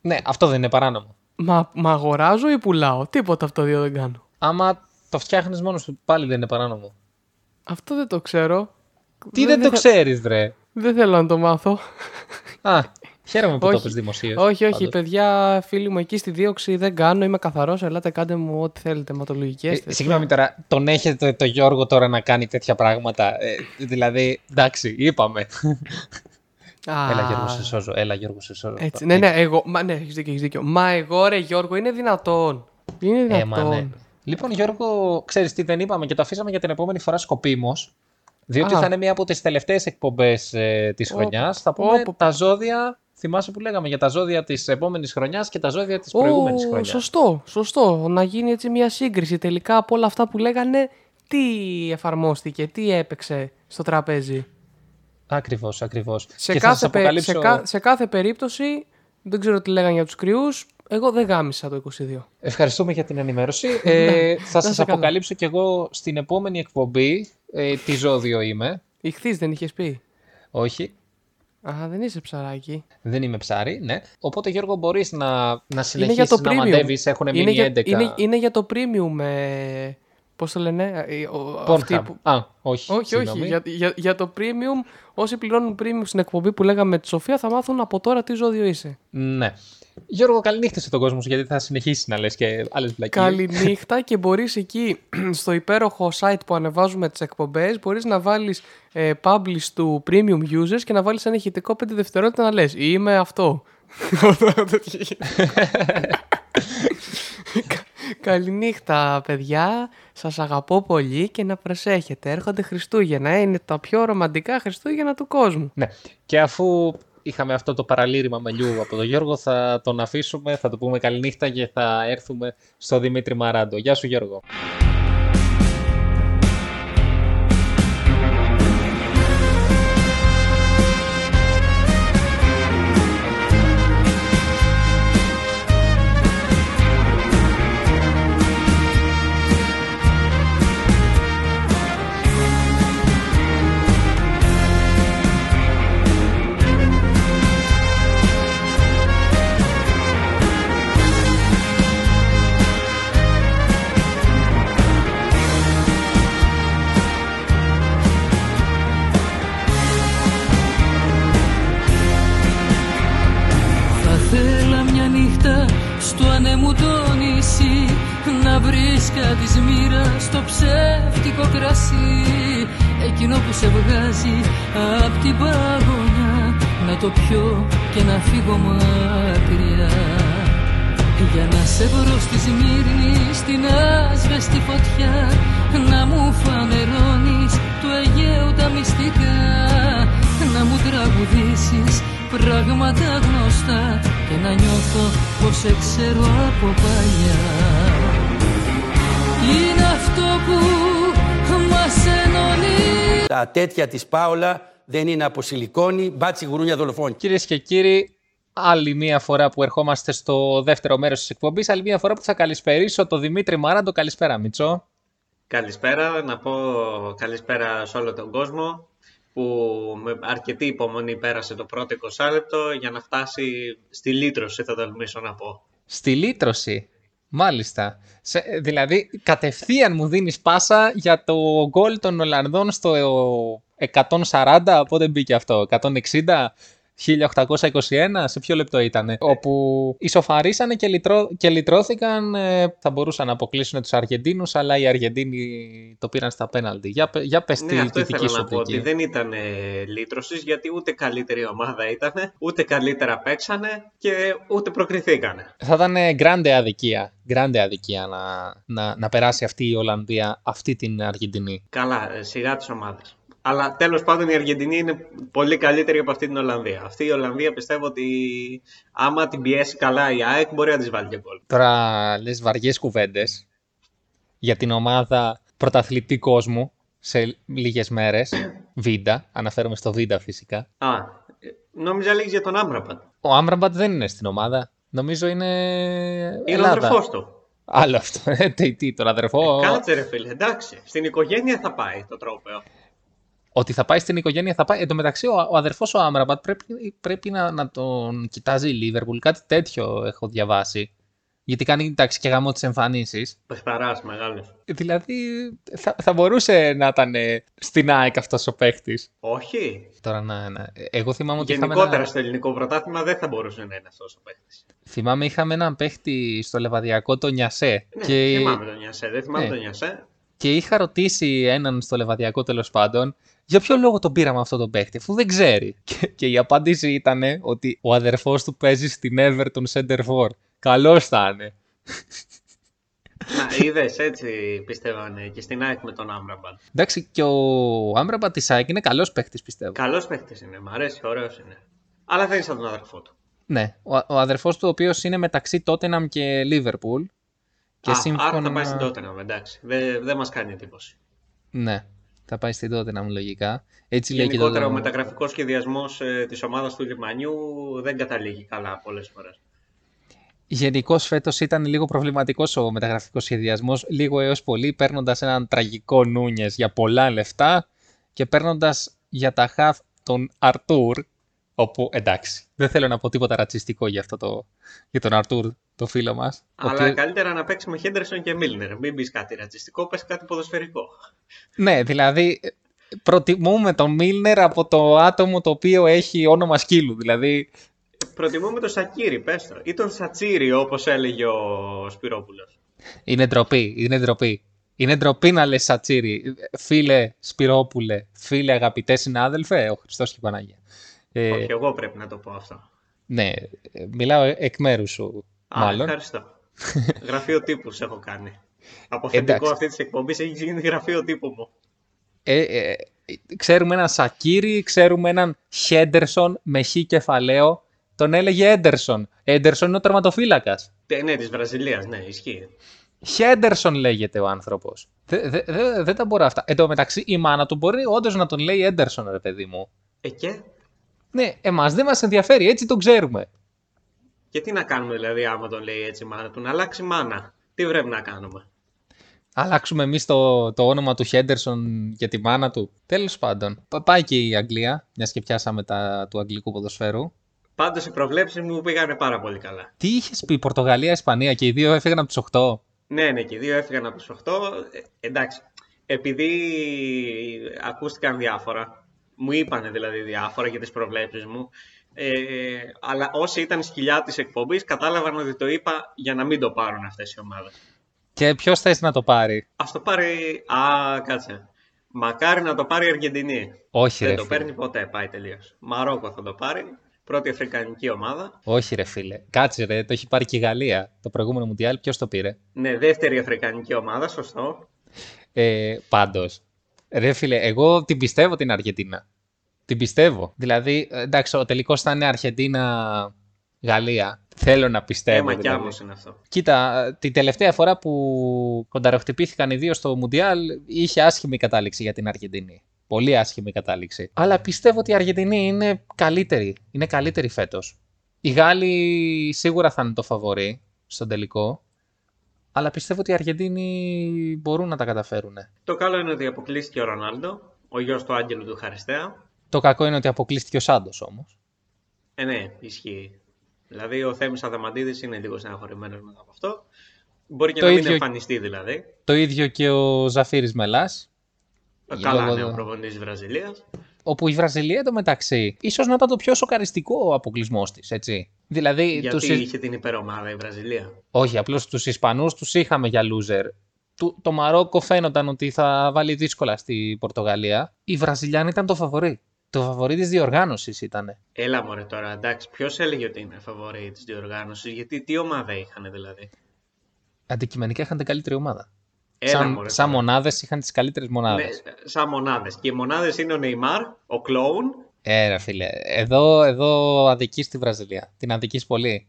[SPEAKER 2] Ναι, αυτό δεν είναι παράνομο.
[SPEAKER 3] Μα, μα αγοράζω ή πουλάω. Τίποτα από τα δύο δεν κάνω.
[SPEAKER 2] Άμα το φτιάχνεις μόνος σου, πάλι δεν είναι παράνομο.
[SPEAKER 3] Αυτό δεν το ξέρω.
[SPEAKER 2] Τι δεν, το
[SPEAKER 3] θα-
[SPEAKER 2] ξέρει, βρε.
[SPEAKER 3] Δεν θέλω να το μάθω.
[SPEAKER 2] Α, χαίρομαι που το
[SPEAKER 3] Όχι.
[SPEAKER 2] πει δημοσίως.
[SPEAKER 3] όχι, όχι, παιδιά, φίλοι μου, εκεί στη δίωξη δεν κάνω. Είμαι καθαρός. Ελάτε, κάντε μου ό,τι θέλετε. Ματολογικέ.
[SPEAKER 2] Ε, Συγγνώμη τώρα, τον έχετε το Γιώργο τώρα να κάνει τέτοια πράγματα. Ε, δηλαδή, εντάξει, είπαμε. Έλα, Γιώργο, σε σώζω. Έλα, Γιώργο, σε σώζω.
[SPEAKER 3] Έτσι, ναι, ναι, εγώ. Μα, ναι, έχεις δίκιο, έχεις δίκιο. Μα εγώ, ρε Γιώργο, είναι δυνατόν. Είναι
[SPEAKER 2] Ε, μα,
[SPEAKER 3] δυνατόν.
[SPEAKER 2] ναι. Λοιπόν, Γιώργο, ξέρεις τι δεν είπαμε και το αφήσαμε για την επόμενη φορά σκοπίμως. Διότι
[SPEAKER 3] Α.
[SPEAKER 2] θα είναι μία από τις τελευταίες εκπομπές ε, της
[SPEAKER 3] Ω,
[SPEAKER 2] χρονιάς. Θα πούμε
[SPEAKER 3] ω, πω,
[SPEAKER 2] τα ζώδια. Θυμάσαι που λέγαμε για τα ζώδια της επόμενης χρονιάς και τα ζώδια της
[SPEAKER 3] Ω,
[SPEAKER 2] προηγούμενη χρονιάς.
[SPEAKER 3] Σωστό, σωστό. Να γίνει έτσι μια σύγκριση τελικά από όλα αυτά που λέγανε. Τι εφαρμόστηκε, τι έπαιξε στο τραπέζι.
[SPEAKER 2] Ακριβώς, ακριβώς.
[SPEAKER 3] Σε
[SPEAKER 2] και θα σας
[SPEAKER 3] κάθε, πε-
[SPEAKER 2] αποκαλύψω.
[SPEAKER 3] σε, κα- σε κάθε περίπτωση, δεν ξέρω τι λέγανε για τους κρυούς, εγώ δεν γάμισα το 22.
[SPEAKER 2] Ευχαριστούμε για την ενημέρωση. ε, θα
[SPEAKER 3] σε
[SPEAKER 2] σα
[SPEAKER 3] καλά.
[SPEAKER 2] αποκαλύψω κι εγώ στην επόμενη εκπομπή. Ε, τι ζώδιο είμαι.
[SPEAKER 3] Ηχθείς δεν είχες πει.
[SPEAKER 2] Όχι,
[SPEAKER 3] Α, δεν είσαι ψαράκι.
[SPEAKER 2] δεν είμαι ψάρι, ναι. Οπότε, Γιώργο, μπορείς να, να
[SPEAKER 3] είναι για
[SPEAKER 2] συνεχίσει
[SPEAKER 3] το
[SPEAKER 2] να
[SPEAKER 3] premium.
[SPEAKER 2] μαντεύεις. Έχουν
[SPEAKER 3] είναι,
[SPEAKER 2] μείνει
[SPEAKER 3] για,
[SPEAKER 2] 11.
[SPEAKER 3] είναι, είναι για το premium. Ε, πώς το λένε. ε, ο- αυτοί
[SPEAKER 2] Pornhub.
[SPEAKER 3] που-
[SPEAKER 2] Α, όχι.
[SPEAKER 3] Όχι, όχι.
[SPEAKER 2] συγγνώμη.
[SPEAKER 3] Για, για, για το premium, όσοι πληρώνουν premium στην εκπομπή που λέγαμε με τη Σοφία, θα μάθουν από τώρα τι ζώδιο είσαι.
[SPEAKER 2] Ναι. Γιώργο, καληνύχτα σε τον κόσμο σου, γιατί θα συνεχίσει να λες και άλλες βλακίες.
[SPEAKER 3] Καληνύχτα και μπορείς εκεί στο υπέροχο site που ανεβάζουμε τις εκπομπές μπορείς να βάλεις ε, publish του premium users και να βάλεις ένα ηχητικό 5 δευτερόλεπτα να λες είμαι αυτό. Κα- Καληνύχτα παιδιά, σας αγαπώ πολύ και να προσέχετε. Έρχονται Χριστούγεννα, ε, είναι τα πιο ρομαντικά Χριστούγεννα του κόσμου.
[SPEAKER 2] Ναι. Και αφού είχαμε αυτό το παραλήρημα μελιού από τον Γιώργο, θα τον αφήσουμε, θα του πούμε καληνύχτα και θα έρθουμε στο Δημήτρη Μαράντο. Γεια σου, Γιώργο.
[SPEAKER 4] Στου ανέμου το νησί Να βρεις κάτι μοίρα στο ψεύτικο κρασί Εκείνο που σε βγάζει απ' την παγωνιά Να το πιω και να φύγω μακριά για να σε βρω στη Σμύρνη, στην άσβεστη φωτιά Να μου φανερώνεις του Αιγαίου τα μυστικά Να μου τραγουδήσεις πράγματα γνωστά Και να νιώθω πως σε ξέρω από παλιά είναι αυτό που μας ενώνει
[SPEAKER 5] Τα τέτοια της Πάολα δεν είναι από σιλικόνη, μπάτσι γουρούνια δολοφόνη.
[SPEAKER 2] Κυρίες Λοιπόν, και κύριοι, άλλη μία φορά που ερχόμαστε στο δεύτερο μέρος της εκπομπής, άλλη μία φορά που θα καλησπερίσω το Δημήτρη Μάραντο. Καλησπέρα, Μίτσο.
[SPEAKER 6] Καλησπέρα, να πω καλησπέρα σε όλο τον κόσμο που με αρκετή υπομονή πέρασε το πρώτο 20 λεπτό για να φτάσει στη λύτρωση θα τολμήσω να πω.
[SPEAKER 2] Στη λύτρωση. Μάλιστα. Σε, δηλαδή, κατευθείαν μου δίνεις πάσα για το γκολ των Ολλανδών στο 140, πότε μπήκε αυτό, 160, 1821, σε ποιο λεπτό
[SPEAKER 6] Ε,
[SPEAKER 2] ήτανε, όπου ισοφαρίσανε και, λυτρώ, και λυτρώθηκαν, ε, θα μπορούσαν να αποκλείσουν τους Αργεντίνους, αλλά οι Αργεντίνοι το πήραν στα πέναλτι. Για, πε- για πες
[SPEAKER 6] Ναι,
[SPEAKER 2] τη,
[SPEAKER 6] αυτό
[SPEAKER 2] τη δική
[SPEAKER 6] ήθελα
[SPEAKER 2] σου
[SPEAKER 6] να πω, ότι
[SPEAKER 2] οπτική.
[SPEAKER 6] δεν ήταν λύτρωσης γιατί ούτε καλύτερη ομάδα ήταν, ούτε καλύτερα παίξανε και ούτε προκριθήκανε.
[SPEAKER 2] Θα ήταν ε, grande αδικία, grande αδικία να, να, να περάσει αυτή η Ολλανδία, αυτή την Αργεντινή.
[SPEAKER 6] Καλά, ε, σιγά τις ομάδες. Αλλά τέλος πάντων η Αργεντινή είναι πολύ καλύτερη από αυτή την Ολλανδία. Αυτή η Ολλανδία πιστεύω ότι άμα την πιέσει καλά η ΑΕΚ μπορεί να της βάλει και γκολ.
[SPEAKER 2] Τώρα λες βαριές κουβέντες για την ομάδα πρωταθλητή κόσμου σε λίγες μέρες, Βίντα, αναφέρομαι στο Βίντα φυσικά.
[SPEAKER 6] Α, ε, νόμιζα λίγες για τον Άμραμπατ.
[SPEAKER 2] Ο Άμραμπατ δεν είναι στην ομάδα. Νομίζω είναι.
[SPEAKER 6] Είναι ο αδερφός του. Ε,
[SPEAKER 2] Άλλο αυτό. Ε, τι, τι, τον αδερφό.
[SPEAKER 6] Κάτσε ρε φίλε, εντάξει. Στην οικογένεια θα πάει το τρόπαιο.
[SPEAKER 2] Ότι θα πάει στην οικογένεια θα πάει. Εν τω μεταξύ, ο, ο αδερφός ο Άμραμπατ πρέπει, πρέπει να, να τον κοιτάζει η Λίβερπουλ. Κάτι τέτοιο έχω διαβάσει. Γιατί κάνει εντάξει και γαμό τι εμφανίσει.
[SPEAKER 6] Πεχταράς μεγάλος.
[SPEAKER 2] Δηλαδή, θα, θα μπορούσε να ήταν ε, στην ΑΕΚ αυτός ο παίχτης.
[SPEAKER 6] Όχι.
[SPEAKER 2] Τώρα να. να- Εγώ θυμάμαι ότι είχαμε
[SPEAKER 6] Γενικότερα
[SPEAKER 2] ένα-
[SPEAKER 6] στο ελληνικό πρωτάθλημα δεν θα μπορούσε να είναι αυτός ο παίκτη.
[SPEAKER 2] θυμάμαι είχαμε έναν παίχτη στο Λεβαδιακό, τον Νιασέ.
[SPEAKER 6] Ναι,
[SPEAKER 2] και...
[SPEAKER 6] θυμάμαι τον Νιασέ. Δεν θυμάμαι
[SPEAKER 2] ναι.
[SPEAKER 6] τον Νιασέ.
[SPEAKER 2] Και είχα ρωτήσει έναν στο λεβαδιακό τέλος πάντων για ποιο λόγο τον πήραμε αυτό τον παίχτη, αφού δεν ξέρει. Και, και η απάντηση ήταν ε, ότι ο αδερφός του παίζει στην Everton Center 4. Καλός θα είναι.
[SPEAKER 6] Να, είδες έτσι πιστεύανε και στην ΑΕΚ με τον Άμραμπαν.
[SPEAKER 2] Εντάξει, και ο Άμπραμπα της ΑΕΚ είναι καλός παίχτη, πιστεύω.
[SPEAKER 6] Καλός παίκτης είναι, μ' αρέσει, ωραίος είναι. Αλλά δεν είναι σαν τον αδερφό του.
[SPEAKER 2] Ναι, ο, ο αδερφός του, ο οποίος είναι μεταξύ Τότεναμ και Λίβερπουλ. Και
[SPEAKER 6] Α,
[SPEAKER 2] σύμφωνα.
[SPEAKER 6] Άρα θα πάει στην Τότεναμ, εντάξει. Δεν δε μας κάνει εντύπωση.
[SPEAKER 2] Ναι, θα πάει στην Τότεναμ λογικά. Έτσι λέει και το.
[SPEAKER 6] Γενικότερα ο μεταγραφικός σχεδιασμός ε, της ομάδας του Λιμανιού δεν καταλήγει καλά πολλές φορές.
[SPEAKER 2] Γενικώς φέτος ήταν λίγο προβληματικός ο μεταγραφικός σχεδιασμός, λίγο έως πολύ, παίρνοντας έναν τραγικό Νούνιες για πολλά λεφτά και παίρνοντας για τα χαφ τον Αρτούρ. Όπου εντάξει, δεν θέλω να πω τίποτα ρατσιστικό για, αυτό το, για τον Αρτούρ, το φίλο μας.
[SPEAKER 6] Αλλά καλύτερα να παίξει με Χέντερσον και Μίλνερ. Μην πεις κάτι ρατσιστικό, πες κάτι ποδοσφαιρικό.
[SPEAKER 2] Ναι, δηλαδή ε, προτιμούμε τον Μίλνερ από το άτομο το οποίο έχει όνομα σκύλου. Δηλαδή,
[SPEAKER 6] Προτιμούμε τον Σακύρι, πες το. Ή τον Σατσίρι, όπως έλεγε ο Σπυρόπουλος.
[SPEAKER 2] είναι ντροπή, είναι ντροπή. Είναι ντροπή να λες σατσίρι. Φίλε Σπυρόπουλε, φίλε αγαπητέ συνάδελφε, ο Χριστός και η Παναγία. Ε,
[SPEAKER 6] Όχι, εγώ πρέπει να το πω αυτό.
[SPEAKER 2] Ναι, ε, μιλάω εκ μέρους σου,
[SPEAKER 6] Α,
[SPEAKER 2] μάλλον.
[SPEAKER 6] ευχαριστώ. γραφείο τύπους σε έχω κάνει. Αποθετικό
[SPEAKER 2] Εντάξει.
[SPEAKER 6] αυτής της εκπομπής έχει γίνει γραφείο τύπου μου.
[SPEAKER 2] Ε, ε, ε, ξέρουμε έναν Σακύρι, ξέρουμε έναν Χέντερσον με χ κεφαλαίο. Τον έλεγε Έντερσον. Έντερσον είναι ο τερματοφύλακας.
[SPEAKER 6] Τε- Ναι, της Βραζιλίας, ναι, ισχύει.
[SPEAKER 2] Χέντερσον λέγεται ο άνθρωπος. Δεν δε, δε, δεν τα μπορώ αυτά. Εν τω μεταξύ, η μάνα του μπορεί όντως να τον λέει Έντερσον, ρε παιδί μου.
[SPEAKER 6] Ε, και,
[SPEAKER 2] Ναι, εμάς δεν μας ενδιαφέρει, έτσι τον ξέρουμε.
[SPEAKER 6] και τι να κάνουμε δηλαδή, άμα τον λέει έτσι η μάνα του, να αλλάξει μάνα. Τι πρέπει να κάνουμε.
[SPEAKER 2] Αλλάξουμε εμείς το, το όνομα του Χέντερσον για τη μάνα του. Τέλος πάντων, πα- πάει και η Αγγλία, μιας και πιάσαμε τα του αγγλικού ποδοσφαίρου.
[SPEAKER 6] Πάντως οι προβλέψεις μου πήγανε πάρα πολύ καλά.
[SPEAKER 2] Τι είχες πει, Πορτογαλία-Ισπανία και οι δύο έφυγαν από τους 8.
[SPEAKER 6] Ναι, ναι, και οι δύο έφυγαν από τους 8. Ε, εντάξει. Επειδή ακούστηκαν διάφορα, μου είπανε δηλαδή διάφορα για τις προβλέψεις μου, Ε, αλλά όσοι ήταν σκυλιά της εκπομπής κατάλαβαν ότι το είπα για να μην το πάρουν αυτές οι ομάδες.
[SPEAKER 2] Και ποιος θες να το πάρει.
[SPEAKER 6] Ας το πάρει. Α, κάτσε. Μακάρι να το πάρει η Αργεντινή.
[SPEAKER 2] Όχι,
[SPEAKER 6] Δεν
[SPEAKER 2] ρε
[SPEAKER 6] το
[SPEAKER 2] φίλε.
[SPEAKER 6] παίρνει ποτέ, πάει τελείως. Μαρόκο θα το πάρει. Πρώτη αφρικανική ομάδα.
[SPEAKER 2] Όχι, ρε φίλε. Κάτσε, ρε. Το έχει πάρει και η Γαλλία. Το προηγούμενο Μουντιάλ, ποιος το πήρε.
[SPEAKER 6] Ναι, δεύτερη αφρικανική ομάδα, σωστό.
[SPEAKER 2] Ε, Πάντως. Ρε φίλε, εγώ την πιστεύω την Αργεντίνα. Την πιστεύω. Δηλαδή, ε, εντάξει, ο τελικός θα είναι Αργεντίνα-Γαλλία. Θέλω να πιστεύω.
[SPEAKER 6] Έμα κι
[SPEAKER 2] δηλαδή.
[SPEAKER 6] άμμος είναι αυτό.
[SPEAKER 2] Κοίτα, ε, την τελευταία φορά που κονταροχτυπήθηκαν οι δύο στο Μουντιάλ, είχε άσχημη κατάληξη για την Αργεντινή. Πολύ άσχημη κατάληξη. Αλλά πιστεύω ότι η Αργεντινή είναι καλύτερη. Είναι καλύτερη φέτος. Οι Γάλλοι σίγουρα θα είναι το φαβορή στον τελικό. Αλλά πιστεύω ότι οι Αργεντίνοι μπορούν να τα καταφέρουν.
[SPEAKER 6] Το καλό είναι ότι αποκλείστηκε ο Ρονάλντο, ο γιος του Άγγελου του Χαριστέα.
[SPEAKER 2] Το κακό είναι ότι αποκλείστηκε ο Σάντος όμως.
[SPEAKER 6] Ε, ναι, ισχύει. Δηλαδή ο Θέμης Αδαμαντίδης είναι λίγο στεναχωρημένος μετά από αυτό. Μπορεί και
[SPEAKER 2] Το
[SPEAKER 6] να μην
[SPEAKER 2] ίδιο-
[SPEAKER 6] εμφανιστεί δηλαδή.
[SPEAKER 2] Το ίδιο και ο Ζαφίρη Μελά.
[SPEAKER 6] Καλά ναι, ο προπονητής Βραζιλίας.
[SPEAKER 2] Όπου η Βραζιλία εντωμεταξύ, ίσως να ήταν το πιο σοκαριστικό αποκλεισμό της, έτσι. Δηλαδή,
[SPEAKER 6] Γιατί
[SPEAKER 2] τους...
[SPEAKER 6] είχε την υπερομάδα η Βραζιλία.
[SPEAKER 2] όχι, απλώς τους Ισπανούς τους είχαμε για loser. Του- Το Μαρόκο φαίνονταν ότι θα βάλει δύσκολα στη Πορτογαλία. Η Βραζιλιάνη ήταν το φαβορή. Το φαβορή της διοργάνωσης ήταν.
[SPEAKER 6] Έλα μωρέ τώρα, εντάξει, ποιος έλεγε ότι είναι φαβορή της διοργάνωσης, γιατί τι ομάδα είχαν δηλαδή.
[SPEAKER 2] Αντικειμενικά είχαν την καλύτερη ομάδα.
[SPEAKER 6] Έλα
[SPEAKER 2] σαν
[SPEAKER 6] μωρέ
[SPEAKER 2] σαν
[SPEAKER 6] τώρα.
[SPEAKER 2] μονάδες είχαν τις καλύτερες μονάδες.
[SPEAKER 6] Ναι, σαν μονάδες. Και οι μονάδες είναι ο Νεϊμάρ, ο Κλόουν,
[SPEAKER 2] Έρα, φίλε. Εδώ, εδώ αδική τη Βραζιλία. Την αδική πολύ.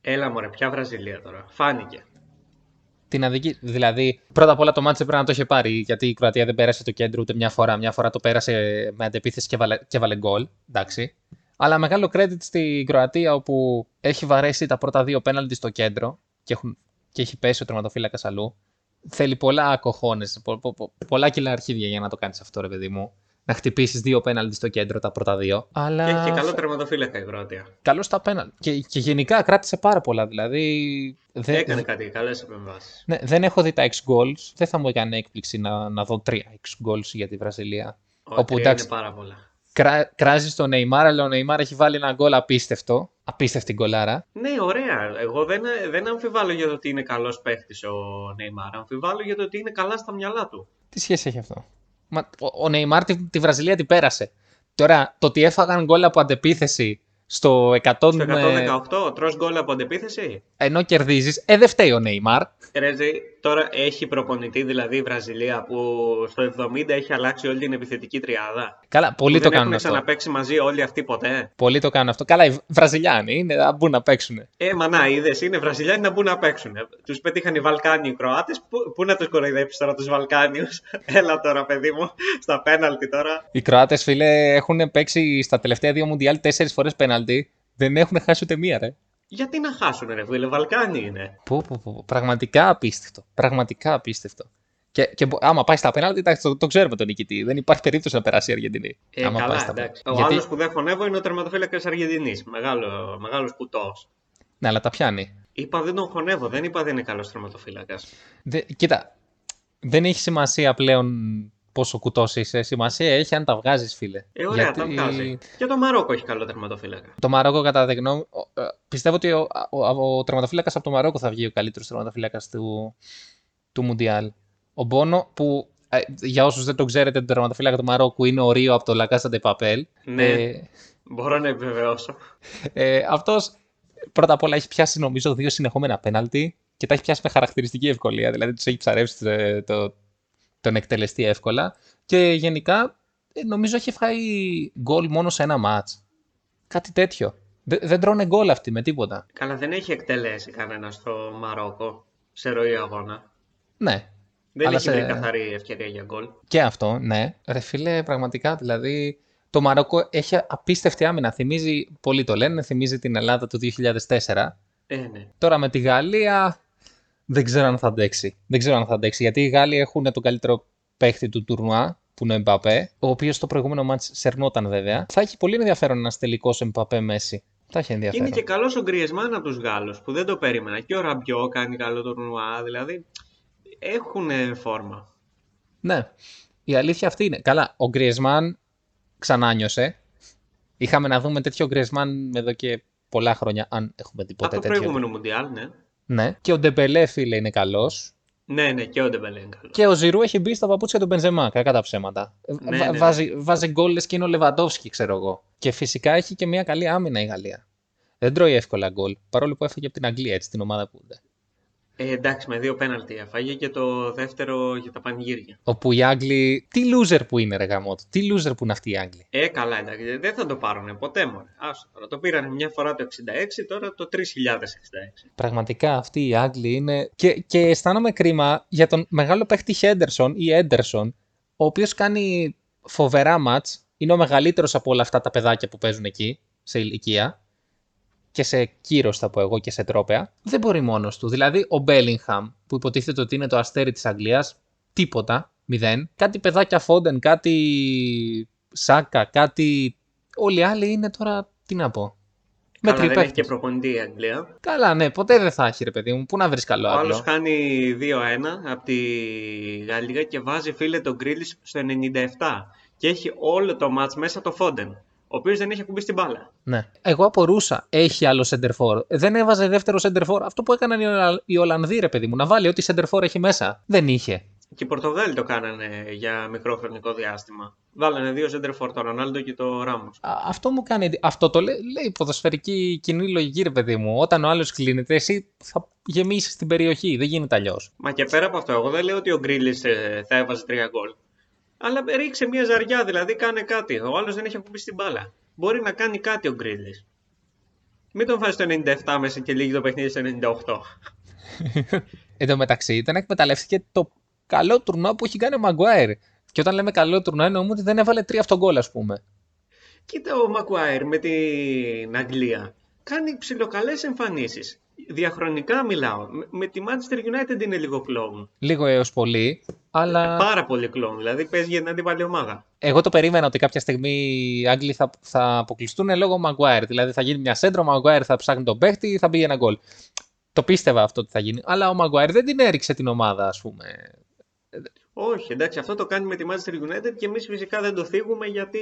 [SPEAKER 6] Έλα μωρέ, ποια Βραζιλία τώρα. Φάνηκε.
[SPEAKER 2] Την αδική... Δηλαδή, πρώτα απ' όλα το μάτσε πρέπει να το είχε πάρει, γιατί η Κροατία δεν πέρασε το κέντρο ούτε μια φορά. Μια φορά το πέρασε με αντεπίθεση και βάλε, και βάλε γκολ. Εντάξει. Αλλά μεγάλο credit στην Κροατία, όπου έχει βαρέσει τα πρώτα δύο πέναλτι στο κέντρο και, έχουν... και έχει πέσει ο τερματοφύλακας αλλού. Θέλει πολλά κοχώνες, πο, πο- πο- πολλά κιλά αρχίδια για να το κάνεις αυτό, ρε παιδί μου. Να χτυπήσεις δύο πέναλτι στο κέντρο, τα πρώτα δύο. Αλλά...
[SPEAKER 6] Και έχει και καλό τερματοφύλακα η Κροατία.
[SPEAKER 2] καλός στα πέναλ. Και, και γενικά κράτησε πάρα πολλά. Δηλαδή. Δεν,
[SPEAKER 6] Έκανε κάτι, καλές επεμβάσεις.
[SPEAKER 2] ναι, δεν έχω δει τα 6 goals. Δεν θα μου έκανε έκπληξη να, να δω 3 6 goals για τη Βραζιλία. Όπου, εντάξει.
[SPEAKER 6] Είναι πάρα πολλά.
[SPEAKER 2] Κρά, κράζεις τον Νεϊμάρ, αλλά ο Νεϊμάρ έχει βάλει ένα γκολ απίστευτο. Απίστευτη γκολάρα.
[SPEAKER 6] Ναι, ωραία. Εγώ δεν, δεν αμφιβάλλω για το ότι είναι καλός παίχτη ο Νεϊμάρ. Αμφιβάλλω για το ότι είναι καλά στα μυαλά του.
[SPEAKER 2] Τι σχέση έχει αυτό. Μα, ο, ο Νεϊμάρ τη, τη Βραζιλία την πέρασε. Τώρα, το ότι έφαγαν γκολ από αντεπίθεση στο 100.
[SPEAKER 6] Στο
[SPEAKER 2] με-
[SPEAKER 6] 118, τρως γκολ από αντεπίθεση.
[SPEAKER 2] ενώ κερδίζεις, ε, δεν φταίει ο Νεϊμάρ.
[SPEAKER 6] Ρέζι, τώρα έχει προπονητή δηλαδή η Βραζιλία που στο 70 έχει αλλάξει όλη την επιθετική τριάδα.
[SPEAKER 2] Καλά, πολλοί
[SPEAKER 6] Που
[SPEAKER 2] το
[SPEAKER 6] δεν έχουν
[SPEAKER 2] κάνουν αυτό.
[SPEAKER 6] ξαναπέξει μαζί όλοι αυτοί ποτέ.
[SPEAKER 2] Πολλοί το κάνουν αυτό. Καλά, οι Βραζιλιάνοι είναι, να μπουν να παίξουν.
[SPEAKER 6] Ε, μα να, είδες, είναι Βραζιλιάνοι να μπουν να παίξουν. Τους πετύχαν οι Βαλκάνοι οι Κροάτες. Πού, πού να τους κοροϊδέψεις τώρα τους Βαλκάνιους. Έλα τώρα, παιδί μου, στα πέναλτι τώρα.
[SPEAKER 2] Οι Κροάτες, φίλε, έχουν παίξει στα τελευταία δύο Μουντιάλ τέσσερις φορές πέναλτι. Δεν έχουν χάσει ούτε μία, ρε.
[SPEAKER 6] Γιατί να χάσουν, ρε φίλε, Βαλκάνοι είναι.
[SPEAKER 2] Πω, πω, πω, πω. Πραγματικά απίστευτο. Πραγματικά απίστευτο. Και, και μπο- άμα πάει στα πέναλτι, εντάξει, το, το ξέρουμε τον νικητή. Δεν υπάρχει περίπτωση να περάσει η Αργεντινή.
[SPEAKER 6] Ε,
[SPEAKER 2] άμα
[SPEAKER 6] καλά,
[SPEAKER 2] πέ-
[SPEAKER 6] εντάξει. Ο
[SPEAKER 2] Γιατί...
[SPEAKER 6] άλλος που δεν χωνεύω είναι ο τερματοφύλακας τη Αργεντινής. Μεγάλο μεγάλος κουτός.
[SPEAKER 2] Ναι, αλλά τα πιάνει.
[SPEAKER 6] Είπα δεν τον χωνεύω, δεν είπα δεν είναι καλός τερματοφύλακας.
[SPEAKER 2] Δε, κοίτα, δεν έχει σημασία πλέον πόσο κουτός είσαι. Σημασία έχει αν τα βγάζεις, φίλε.
[SPEAKER 6] Ε, ωραία, τα βγάζει. Και το Μαρόκο έχει καλό τερματοφύλακα.
[SPEAKER 2] Το Μαρόκο, κατά τη γνώμη. ο- ε, Πιστεύω ότι ο, ο, ο, τερματοφύλακας από το Μαρόκο θα βγει ο καλύτερος τερματοφύλακας του, του Μουντιάλ. Ο Μπόνο, που ε, για όσους δεν το ξέρετε, τον τερματοφύλακα του Μαρόκου είναι ο Ρίο από το Λαγκάστα Ντεπαπέλ.
[SPEAKER 6] Ναι. Μπορώ να επιβεβαιώσω.
[SPEAKER 2] Ε, Αυτός πρώτα απ' όλα έχει πιάσει νομίζω δύο συνεχόμενα πέναλτι και τα έχει πιάσει με χαρακτηριστική ευκολία. Δηλαδή τους έχει ψαρεύσει ε, το, τον εκτελεστή εύκολα. Και γενικά ε, νομίζω έχει φάει γκολ μόνο σε ένα μάτ. Κάτι τέτοιο. Δε- δεν τρώνε γκολ αυτοί με τίποτα.
[SPEAKER 6] Καλά, δεν έχει εκτελέσει κανένας στο Μαρόκο σε ροή αγώνα.
[SPEAKER 2] Ναι.
[SPEAKER 6] Δεν
[SPEAKER 2] Αλλά
[SPEAKER 6] έχει
[SPEAKER 2] σε-
[SPEAKER 6] βρει καθαρή ευκαιρία για γκολ.
[SPEAKER 2] Και αυτό, ναι. Ρε φίλε, πραγματικά δηλαδή. Το Μαρόκο έχει απίστευτη άμυνα. Θυμίζει, πολλοί το λένε, θυμίζει την Ελλάδα του 2004.
[SPEAKER 6] Ε, ναι.
[SPEAKER 2] Τώρα με τη Γαλλία δεν ξέρω αν θα αντέξει. Δεν ξέρω αν θα αντέξει γιατί οι Γάλλοι έχουν τον καλύτερο παίχτη του τουρνουά που είναι ο Εμπαπέ, ο οποίος το προηγούμενο μάτς σερνόταν βέβαια. Θα έχει πολύ ενδιαφέρον ένας τελικός Εμπαπέ Μέση. Θα έχει
[SPEAKER 6] Και
[SPEAKER 2] ενδιαφέρον.
[SPEAKER 6] είναι και καλός ο Γκριεσμάν από τους Γάλλους που δεν το περίμενα. Και ο Ραμπιό κάνει καλό τουρνουά, δηλαδή έχουν ε, φόρμα.
[SPEAKER 2] Ναι. Η αλήθεια αυτή είναι. Καλά, ο Γκριεσμάν ξανάνιωσε. Είχαμε να δούμε τέτοιο Γκρεσμάν εδώ και πολλά χρόνια, αν έχουμε δει ποτέ
[SPEAKER 6] Από το
[SPEAKER 2] τέτοιο.
[SPEAKER 6] προηγούμενο Μουντιάλ, ναι.
[SPEAKER 2] Ναι. Και ο Ντεμπελέ, φίλε, είναι καλός.
[SPEAKER 6] Ναι, ναι, και ο Ντεμπελέ είναι καλός.
[SPEAKER 2] Και ο Ζηρού έχει μπει στα παπούτσια του Μπενζεμά, κακά τα ψέματα.
[SPEAKER 6] Ναι,
[SPEAKER 2] Βα-
[SPEAKER 6] ναι.
[SPEAKER 2] Βάζει, βάζει γκολ λες και είναι ο Λεβαντόφσκι, ξέρω εγώ. Και φυσικά έχει και μια καλή άμυνα η Γαλλία. Δεν τρώει εύκολα γκολ, παρόλο που έφαγε από την Αγγλία, έτσι, την ομάδα που.
[SPEAKER 6] Ε, εντάξει, με δύο πέναλτι έφαγε και το δεύτερο για τα πανηγύρια.
[SPEAKER 2] Όπου οι Άγγλοι. Τι loser που είναι, ρε γαμότο. Τι loser που είναι αυτοί οι Άγγλοι.
[SPEAKER 6] Ε, καλά, εντάξει, δεν θα το πάρουν ποτέ μωρέ. Άσο τώρα. Το πήραν μια φορά το 66, τώρα το 3066.
[SPEAKER 2] Πραγματικά αυτοί οι Άγγλοι είναι. Και, και αισθάνομαι κρίμα για τον μεγάλο παίχτη Χέντερσον ή Έντερσον, ο οποίος κάνει φοβερά ματ. Είναι ο μεγαλύτερος από όλα αυτά τα παιδάκια που παίζουν εκεί, σε ηλικία. Και σε κύρος, θα πω εγώ, και σε τρόπεα. Δεν μπορεί μόνος του. Δηλαδή, ο Μπέλιγχαμ, που υποτίθεται ότι είναι το αστέρι της Αγγλίας, τίποτα, μηδέν. Κάτι παιδάκια Φόντεν, κάτι Σάκα, κάτι. Όλοι οι άλλοι είναι τώρα, τι να πω.
[SPEAKER 6] Καλά, δεν έχει
[SPEAKER 2] τριπαίχτες.
[SPEAKER 6] και προπονητή η Αγγλία.
[SPEAKER 2] Καλά, ναι, ποτέ δεν θα έχει ρε παιδί μου. Πού να βρεις καλό
[SPEAKER 6] Ο άλλο
[SPEAKER 2] άλλος.
[SPEAKER 6] χάνει 2-1 από τη Γαλλία και βάζει φίλε τον Γκρίλις στο 97. Και έχει όλο το μάτς μέσα το Φόντεν, ο οποίος δεν έχει ακουμπήσει την μπάλα.
[SPEAKER 2] Ναι. Εγώ απορούσα. Έχει άλλο σεντερφόρ. Δεν έβαζε δεύτερο σεντερφόρ. Αυτό που έκαναν οι Ολα- οι Ολλανδοί, ρε παιδί μου, να βάλει ό,τι σεντερφόρ έχει μέσα. Δεν είχε.
[SPEAKER 6] Και οι Πορτογάλοι το κάνανε για μικρό χρονικό διάστημα. Βάλανε δύο σέντερφορ, τον Ρονάλντο και τον Ράμος.
[SPEAKER 2] Α, αυτό μου κάνει. εντι- Αυτό το λέ, λέει η ποδοσφαιρική κοινή λογική, ρε παιδί μου. Όταν ο άλλος κλείνεται, εσύ θα γεμίσεις την περιοχή. Δεν γίνεται αλλιώς.
[SPEAKER 6] Μα και πέρα από αυτό, εγώ δεν λέω ότι ο Γκρίλι θα έβαζε τρία γκολ. Αλλά ρίξε μια ζαριά, δηλαδή κάνε κάτι. Ο άλλος δεν έχει ακουμπήσει την μπάλα. Μπορεί να κάνει κάτι ο Γκρίλι. Μην τον βάζεις το 97 μέσα και λύγει το παιχνίδι στο 98.
[SPEAKER 2] Εν τω μεταξύ, δεν εκμεταλλεύτηκε το καλό τουρνουά που έχει κάνει ο Μαγκουάιρ. Και όταν λέμε καλό τουρνουά, εννοούμε ότι δεν έβαλε τρία αυτογκόλ, ας πούμε.
[SPEAKER 6] Κοίτα ο Μακουάιρ με την Αγγλία. Κάνει ψιλοκαλές εμφανίσεις. Διαχρονικά μιλάω. Με- Με τη Manchester United είναι λίγο κλόουν.
[SPEAKER 2] Λίγο έως πολύ, αλλά.
[SPEAKER 6] Πάρα πολύ κλόουν. Δηλαδή παίζει για την αντίπαλη ομάδα.
[SPEAKER 2] Εγώ το περίμενα ότι κάποια στιγμή οι Άγγλοι θα, θα αποκλειστούν λόγω Maguire. Δηλαδή θα γίνει μια σέντρα, ο Maguire θα ψάχνει τον παίχτη, θα μπει ένα γκολ. Το πίστευα αυτό ότι θα γίνει. Αλλά ο Maguire δεν την έριξε την ομάδα, ας πούμε.
[SPEAKER 6] Όχι, εντάξει, αυτό το κάνει με τη Manchester United και εμείς φυσικά δεν το θίγουμε γιατί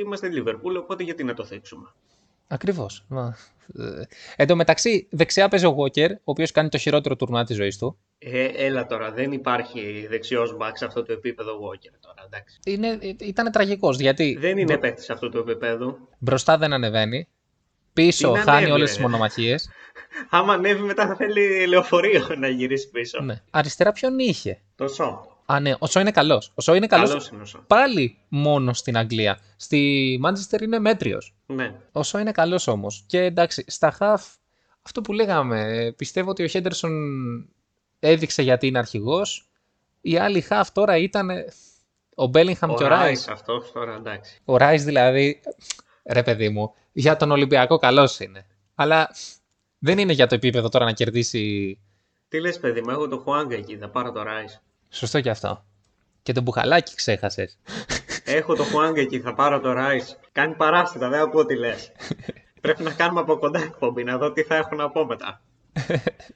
[SPEAKER 6] είμαστε Liverpool, οπότε γιατί να το θίξουμε.
[SPEAKER 2] Ακριβώς. ε, Εν τω μεταξύ, δεξιά παίζει ο Walker, ο οποίος κάνει το χειρότερο τουρνά της ζωής του.
[SPEAKER 6] Ε, έλα τώρα, δεν υπάρχει δεξιός μπακ σε αυτό το επίπεδο Walker τώρα, εντάξει.
[SPEAKER 2] Είναι, ε, ήταν τραγικός γιατί
[SPEAKER 6] Δεν είναι παίκτης σε αυτό το επίπεδο.
[SPEAKER 2] μπροστά δεν ανεβαίνει, πίσω
[SPEAKER 6] Είναι
[SPEAKER 2] χάνει
[SPEAKER 6] ανέβη,
[SPEAKER 2] όλε
[SPEAKER 6] ρε.
[SPEAKER 2] τι μονομαχίες.
[SPEAKER 6] Άμα ανέβει μετά θα θέλει λεωφορείο να γυρίσει πίσω.
[SPEAKER 2] ναι. Αριστερά ποιον είχε.
[SPEAKER 6] Το σο.
[SPEAKER 2] Α, ναι, ο Σο είναι καλός. Ο Σο είναι καλός
[SPEAKER 6] Καλός είναι ο σο.
[SPEAKER 2] πάλι μόνο στην Αγγλία. Στη Manchester είναι μέτριος.
[SPEAKER 6] Ναι.
[SPEAKER 2] Όσο είναι καλός όμως. Και εντάξει, στα half, αυτό που λέγαμε, ε, πιστεύω ότι ο Χέντερσον έδειξε γιατί είναι αρχηγός. Οι άλλοι half τώρα ήταν ε, ο Μπέλιγχαμ και ο Ράι.
[SPEAKER 6] αυτό τώρα εντάξει.
[SPEAKER 2] Ο Ράι δηλαδή, ρε παιδί μου, για τον Ολυμπιακό καλός είναι. Αλλά δεν είναι για το επίπεδο τώρα να κερδίσει.
[SPEAKER 6] Τι λες, παιδί μου, έχω το Χουάγκα εκεί, θα πάρω το Ράι.
[SPEAKER 2] Σωστό και αυτό. Και τον μπουχαλάκι ξέχασες.
[SPEAKER 6] Έχω το Χουάγκα εκεί, θα πάρω το Ράι. Κάνει παράστατα, δεν ακούω τι λες. Πρέπει να κάνουμε από κοντά εκπομπή, να δω τι θα έχω να πω μετά.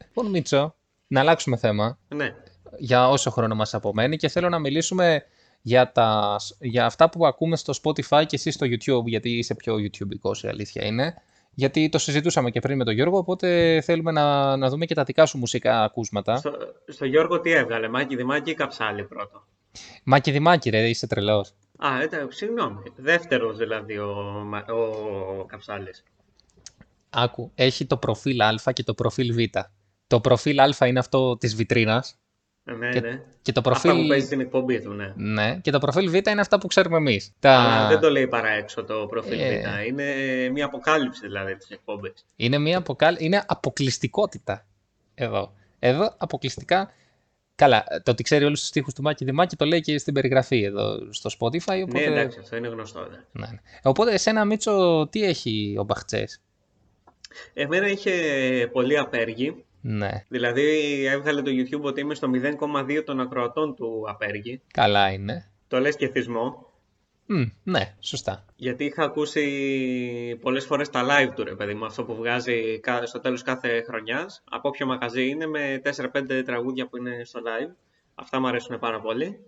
[SPEAKER 2] Λοιπόν, Μίτσο, να αλλάξουμε θέμα.
[SPEAKER 6] Ναι.
[SPEAKER 2] για όσο χρόνο μας απομένει και θέλω να μιλήσουμε για, τα, για αυτά που ακούμε στο Spotify και εσύ στο YouTube, γιατί είσαι πιο YouTubeικός η αλήθεια είναι. Γιατί το συζητούσαμε και πριν με τον Γιώργο, οπότε θέλουμε να, να δούμε και τα δικά σου μουσικά ακούσματα.
[SPEAKER 6] Στο, στο Γιώργο τι έβγαλε, Μάκη Δημάκη ή Καψάλη πρώτο.
[SPEAKER 2] Μάκη Δημάκη ρε, είσαι τρελός.
[SPEAKER 6] Α, εντάξει, συγγνώμη. Δεύτερος δηλαδή ο, Μα- ο, Καψάλης.
[SPEAKER 2] Άκου, έχει το προφίλ Α και το προφίλ Β. Το προφίλ Α είναι αυτό της βιτρίνας
[SPEAKER 6] Ναι,
[SPEAKER 2] και,
[SPEAKER 6] ναι.
[SPEAKER 2] και το
[SPEAKER 6] Αυτά που
[SPEAKER 2] προφίλ...
[SPEAKER 6] παίζει στην εκπομπή του, ναι.
[SPEAKER 2] Ναι, και το προφίλ Β είναι αυτά που ξέρουμε εμείς. Τα...
[SPEAKER 6] Αλλά δεν το λέει παρά έξω το προφίλ
[SPEAKER 2] Ε.
[SPEAKER 6] β. Είναι μια αποκάλυψη δηλαδή της εκπομπής.
[SPEAKER 2] Είναι, μια αποκαλ... είναι αποκλειστικότητα εδώ. Εδώ αποκλειστικά. Καλά, το ότι ξέρει όλους τους τοίχου του Μάκη Δημάκη το λέει και στην περιγραφή εδώ στο Spotify. Οπότε...
[SPEAKER 6] Ναι, εντάξει, αυτό είναι γνωστό. Ναι.
[SPEAKER 2] Ναι, ναι. Οπότε, εσένα, Μίτσο, τι έχει ο Μπαχτσές.
[SPEAKER 6] Εμένα είχε πολύ απέργη.
[SPEAKER 2] Ναι,
[SPEAKER 6] Δηλαδή έβγαλε το YouTube ότι είμαι στο 0,2 των ακροατών του απέργη.
[SPEAKER 2] καλά είναι.
[SPEAKER 6] Το λες και θυσμό.
[SPEAKER 2] Μμ, ναι, σωστά.
[SPEAKER 6] Γιατί είχα ακούσει πολλές φορές τα live του ρε παιδί μου, αυτό που βγάζει κα- στο τέλος κάθε χρονιάς, από όποιο μαγαζί είναι, με 4-5 τραγούδια που είναι στο live. Αυτά μου αρέσουν πάρα πολύ.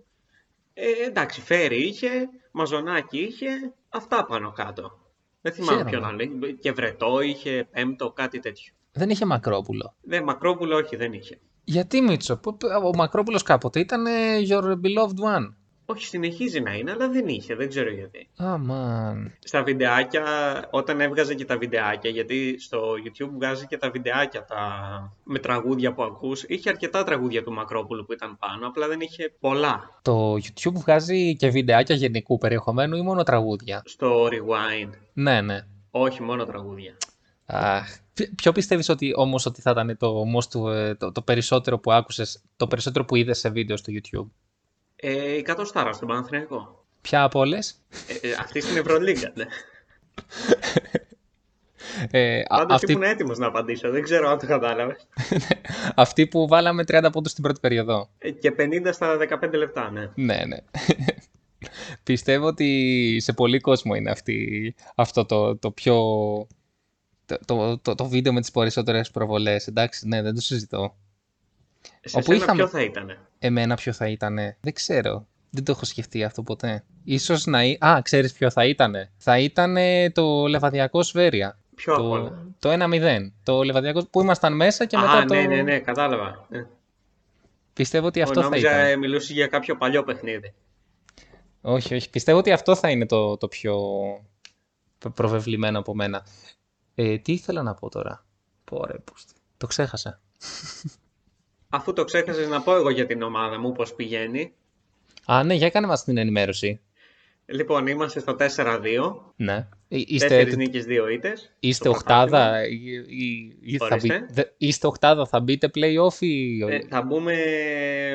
[SPEAKER 6] Ε, εντάξει, φέρι είχε, μαζονάκι είχε, αυτά πάνω κάτω. Δεν
[SPEAKER 2] Χαίρομαι.
[SPEAKER 6] θυμάμαι ποιον άλλο. είχε. Και Βρετό είχε, Πέμπτο, κάτι τέτοιο.
[SPEAKER 2] Δεν είχε Μακρόπουλο.
[SPEAKER 6] Δε, Μακρόπουλο όχι, δεν είχε.
[SPEAKER 2] Γιατί Μίτσο, π- π- ο Μακρόπουλος κάποτε ήταν ε, your beloved one.
[SPEAKER 6] Όχι, συνεχίζει να είναι, αλλά δεν είχε, δεν ξέρω γιατί.
[SPEAKER 2] Αμάν.
[SPEAKER 6] Στα βιντεάκια, όταν έβγαζε και τα βιντεάκια, γιατί στο YouTube βγάζει και τα βιντεάκια τα... με τραγούδια που ακούς, είχε αρκετά τραγούδια του Μακρόπουλου που ήταν πάνω, απλά δεν είχε πολλά.
[SPEAKER 2] Το YouTube βγάζει και βιντεάκια γενικού περιεχομένου ή μόνο τραγούδια.
[SPEAKER 6] Στο Rewind,
[SPEAKER 2] Ναι, ναι.
[SPEAKER 6] όχι μόνο τραγούδια.
[SPEAKER 2] Αχ. Ποι- Ποιο πιστεύεις ότι όμως ότι θα ήταν το, most, ε, το, το περισσότερο που άκουσες, το περισσότερο που είδες σε βίντεο στο YouTube.
[SPEAKER 6] Ε, η κατοστάρα στον Παναθηναϊκό.
[SPEAKER 2] Ποια από όλες.
[SPEAKER 6] Ε, ε, αυτή στην Ευρωλίγκα, ναι.
[SPEAKER 2] Ε, α-
[SPEAKER 6] Πάντως
[SPEAKER 2] αυτή,
[SPEAKER 6] ήμουν έτοιμος να απαντήσω, δεν ξέρω αν το κατάλαβες.
[SPEAKER 2] αυτή που βάλαμε 30 πόντους στην πρώτη περίοδο.
[SPEAKER 6] Ε, Και 50 στα 15 λεπτά, ναι.
[SPEAKER 2] Ναι, ναι. Πιστεύω ότι σε πολύ κόσμο είναι αυτή, αυτό το, το πιο... Το, το, το, το βίντεο με τις περισσότερες προβολές, εντάξει, ναι, δεν το συζητώ.
[SPEAKER 6] Σε
[SPEAKER 2] Όπου
[SPEAKER 6] σένα
[SPEAKER 2] είχαμε-
[SPEAKER 6] ποιο θα ήταν.
[SPEAKER 2] Εμένα ποιο θα ήτανε, δεν ξέρω. Δεν το έχω σκεφτεί αυτό ποτέ. Ίσως να... ή- Α, ξέρεις ποιο θα ήτανε. Θα ήτανε το Λεβαδιακό Σβέρια.
[SPEAKER 6] Ποιο απ'
[SPEAKER 2] το,
[SPEAKER 6] όλα.
[SPEAKER 2] το 1-0. Το Λεβαδιακό που ήμασταν μέσα και μετά
[SPEAKER 6] Α,
[SPEAKER 2] το...
[SPEAKER 6] ναι, ναι, ναι, κατάλαβα. Ε.
[SPEAKER 2] Πιστεύω ότι
[SPEAKER 6] Ο,
[SPEAKER 2] αυτό θα
[SPEAKER 6] νόμιζα
[SPEAKER 2] ήταν.
[SPEAKER 6] ε, μιλούσε για κάποιο παλιό παιχνίδι.
[SPEAKER 2] Όχι, όχι. Πιστεύω ότι αυτό θα είναι το, το πιο προ- προβεβλημένο από μένα. Ε, τι ήθελα να πω τώρα. Πόρε, πούστη. Το ξέχασα.
[SPEAKER 6] Αφού το ξέχασες να πω εγώ για την ομάδα μου πώς πηγαίνει.
[SPEAKER 2] Α, ναι, για κάνε μας την ενημέρωση.
[SPEAKER 6] Λοιπόν, είμαστε στο 4-2.
[SPEAKER 2] Ναι. Ε, Είστε,
[SPEAKER 6] Τέσσερις νίκες, δύο ήτες.
[SPEAKER 2] είστε
[SPEAKER 6] στο πρωτάθλημα.
[SPEAKER 2] οχτάδα ε, ή, ή- ή θα μπει-
[SPEAKER 6] Ορίστε.
[SPEAKER 2] δε- είστε οχτάδα, θα μπείτε play-off ή...
[SPEAKER 6] Ε, θα μπούμε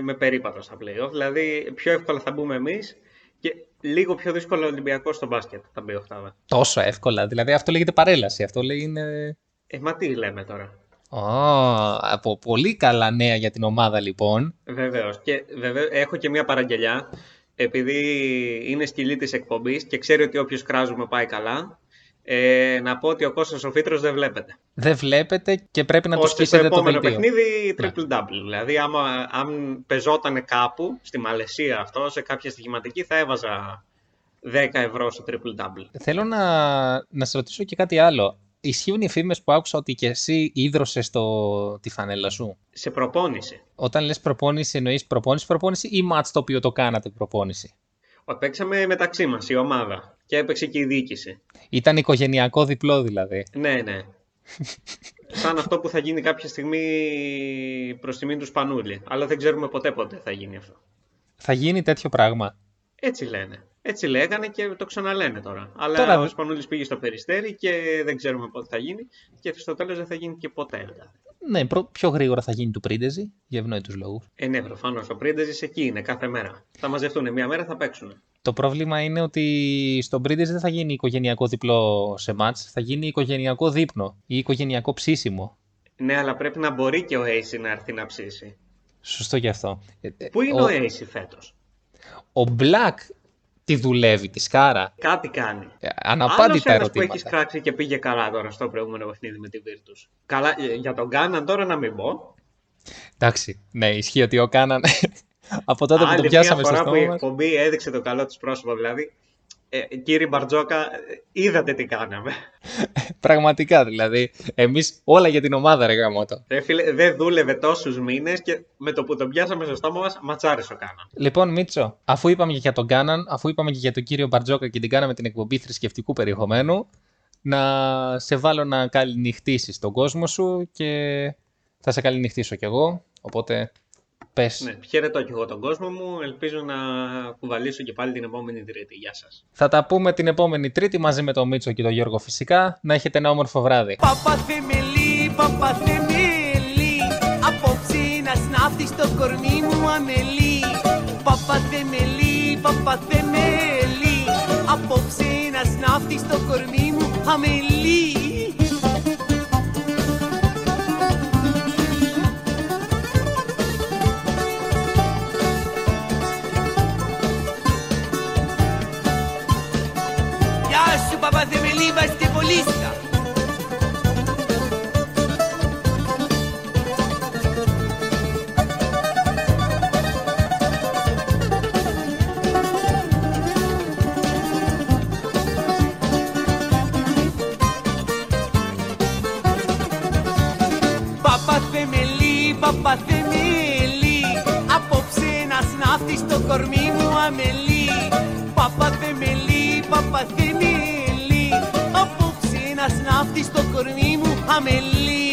[SPEAKER 6] με περίπατο στα play Δηλαδή, πιο εύκολα θα μπούμε εμείς και λίγο πιο δύσκολο Ολυμπιακός στο μπάσκετ θα μπει οχτάδα.
[SPEAKER 2] Τόσο εύκολα. Δηλαδή αυτό λέγεται παρέλαση. Αυτό λέει είναι...
[SPEAKER 6] Ε, μα τι λέμε τώρα.
[SPEAKER 2] Ω, από πολύ καλά νέα για την ομάδα λοιπόν.
[SPEAKER 6] Βεβαίως. Και βεβαίως, έχω και μια παραγγελιά. Επειδή είναι σκυλή της εκπομπής και ξέρει ότι όποιος κράζουμε πάει καλά, ε, να πω ότι ο Κώστας ο Φίτρος δεν βλέπετε.
[SPEAKER 2] Δεν βλέπετε και πρέπει να το
[SPEAKER 6] ώστε το
[SPEAKER 2] σκίσετε το
[SPEAKER 6] επόμενο
[SPEAKER 2] δελτίο. Ναι.
[SPEAKER 6] παιχνίδι triple double. Δηλαδή, άμα, αν πεζόταν κάπου στη Μαλαισία αυτό, σε κάποια στοιχηματική, θα έβαζα 10 ευρώ στο triple double.
[SPEAKER 2] Θέλω να, να σε ρωτήσω και κάτι άλλο. Ισχύουν οι φήμες που άκουσα ότι και εσύ ίδρωσες το, τη φανέλα σου.
[SPEAKER 6] Σε προπόνηση.
[SPEAKER 2] Όταν λες προπόνηση, εννοείς προπόνηση, προπόνηση ή μάτς το οποίο το κάνατε προπόνηση.
[SPEAKER 6] Ότι Παίξαμε μεταξύ μας η ομάδα και έπαιξε και η διοίκηση.
[SPEAKER 2] Ήταν οικογενειακό διπλό δηλαδή.
[SPEAKER 6] Ναι, ναι. Σαν αυτό που θα γίνει κάποια στιγμή προς τιμή του Σπανούλη. Αλλά δεν ξέρουμε ποτέ πότε θα γίνει αυτό.
[SPEAKER 2] Θα γίνει τέτοιο πράγμα.
[SPEAKER 6] Έτσι λένε. Έτσι λέγανε και το ξαναλένε τώρα. Αλλά
[SPEAKER 2] Τώρα-
[SPEAKER 6] ο Σπανούλης πήγε στο περιστέρι και δεν ξέρουμε πότε θα γίνει και στο τέλος δεν θα γίνει και ποτέ. δηλαδή.
[SPEAKER 2] Ναι, προ- πιο γρήγορα θα γίνει του πρίντεζι, για ευνόητους λόγους.
[SPEAKER 6] Ε, ναι, προφανώς. Ο Πρίντεζη εκεί είναι κάθε μέρα. Θα μαζευτούν μία μέρα, θα παίξουν.
[SPEAKER 2] Το πρόβλημα είναι ότι στον πρίντεζι δεν θα γίνει οικογενειακό διπλό σε μάτς, θα γίνει οικογενειακό δείπνο ή οικογενειακό ψήσιμο.
[SPEAKER 6] Ναι, αλλά πρέπει να μπορεί και ο Έισι να έρθει να ψήσει.
[SPEAKER 2] Σωστό γι' αυτό. Ε, ε,
[SPEAKER 6] Πού είναι ο, Έισι φέτος,
[SPEAKER 2] ο Black τη δουλεύει, τη σκάρα.
[SPEAKER 6] Κάτι κάνει.
[SPEAKER 2] Ε,
[SPEAKER 6] Άλλο
[SPEAKER 2] Αναπάντητα
[SPEAKER 6] ένας που έχει
[SPEAKER 2] ερωτήματα.
[SPEAKER 6] σκράξει και πήγε καλά τώρα στο προηγούμενο παιχνίδι με τη Βίρτους. Καλά, ε, για τον Κάναν τώρα να μην πω.
[SPEAKER 2] Εντάξει, ναι, ισχύει ότι ο Κάναν από τότε που τον πιάσαμε
[SPEAKER 6] μία
[SPEAKER 2] στο
[SPEAKER 6] φορά που η
[SPEAKER 2] στόμα μας.
[SPEAKER 6] εκπομπή έδειξε το καλό της πρόσωπο, δηλαδή. Ε, κύριε Μπαρτζόκα, ε, είδατε τι κάναμε.
[SPEAKER 2] Πραγματικά δηλαδή. Εμείς όλα για την ομάδα, ρε γαμότο.
[SPEAKER 6] Ρε Ε, φίλε, δεν δούλευε τόσους μήνες και με το που τον πιάσαμε στο στόμα μας, ματσάρισε ο Κάναν.
[SPEAKER 2] Λοιπόν, Μίτσο, αφού είπαμε και για τον Κάναν, αφού είπαμε και για τον κύριο Μπαρτζόκα και την κάναμε την εκπομπή θρησκευτικού περιεχομένου, να σε βάλω να καληνυχτήσεις τον κόσμο σου και θα σε καληνυχτήσω κι εγώ. Οπότε, πες.
[SPEAKER 6] Ναι, χαιρετώ και εγώ τον κόσμο μου. Ελπίζω να κουβαλήσω και πάλι την επόμενη Τρίτη. Γεια σας.
[SPEAKER 2] Θα τα πούμε την επόμενη Τρίτη μαζί με τον Μίτσο και τον Γιώργο φυσικά. Να έχετε ένα όμορφο βράδυ.
[SPEAKER 7] Παπαθεμελή, παπαθεμελή Απόψε ένας ναύτης στο κορμί μου αμελή Παπαθεμελή, παπαθεμελή Απόψε ένας ναύτης στο κορμί μου αμελή Γεια σου παπαθεμελή, είμαστε πολύστα Παπαθεμελή, παπαθεμελή Απόψε να σνάφτεις στο κορμί μου αμελή Παπαθεμελή, παπαθεμελή Απόψε να σνάφτει στο κορμί μου αμελή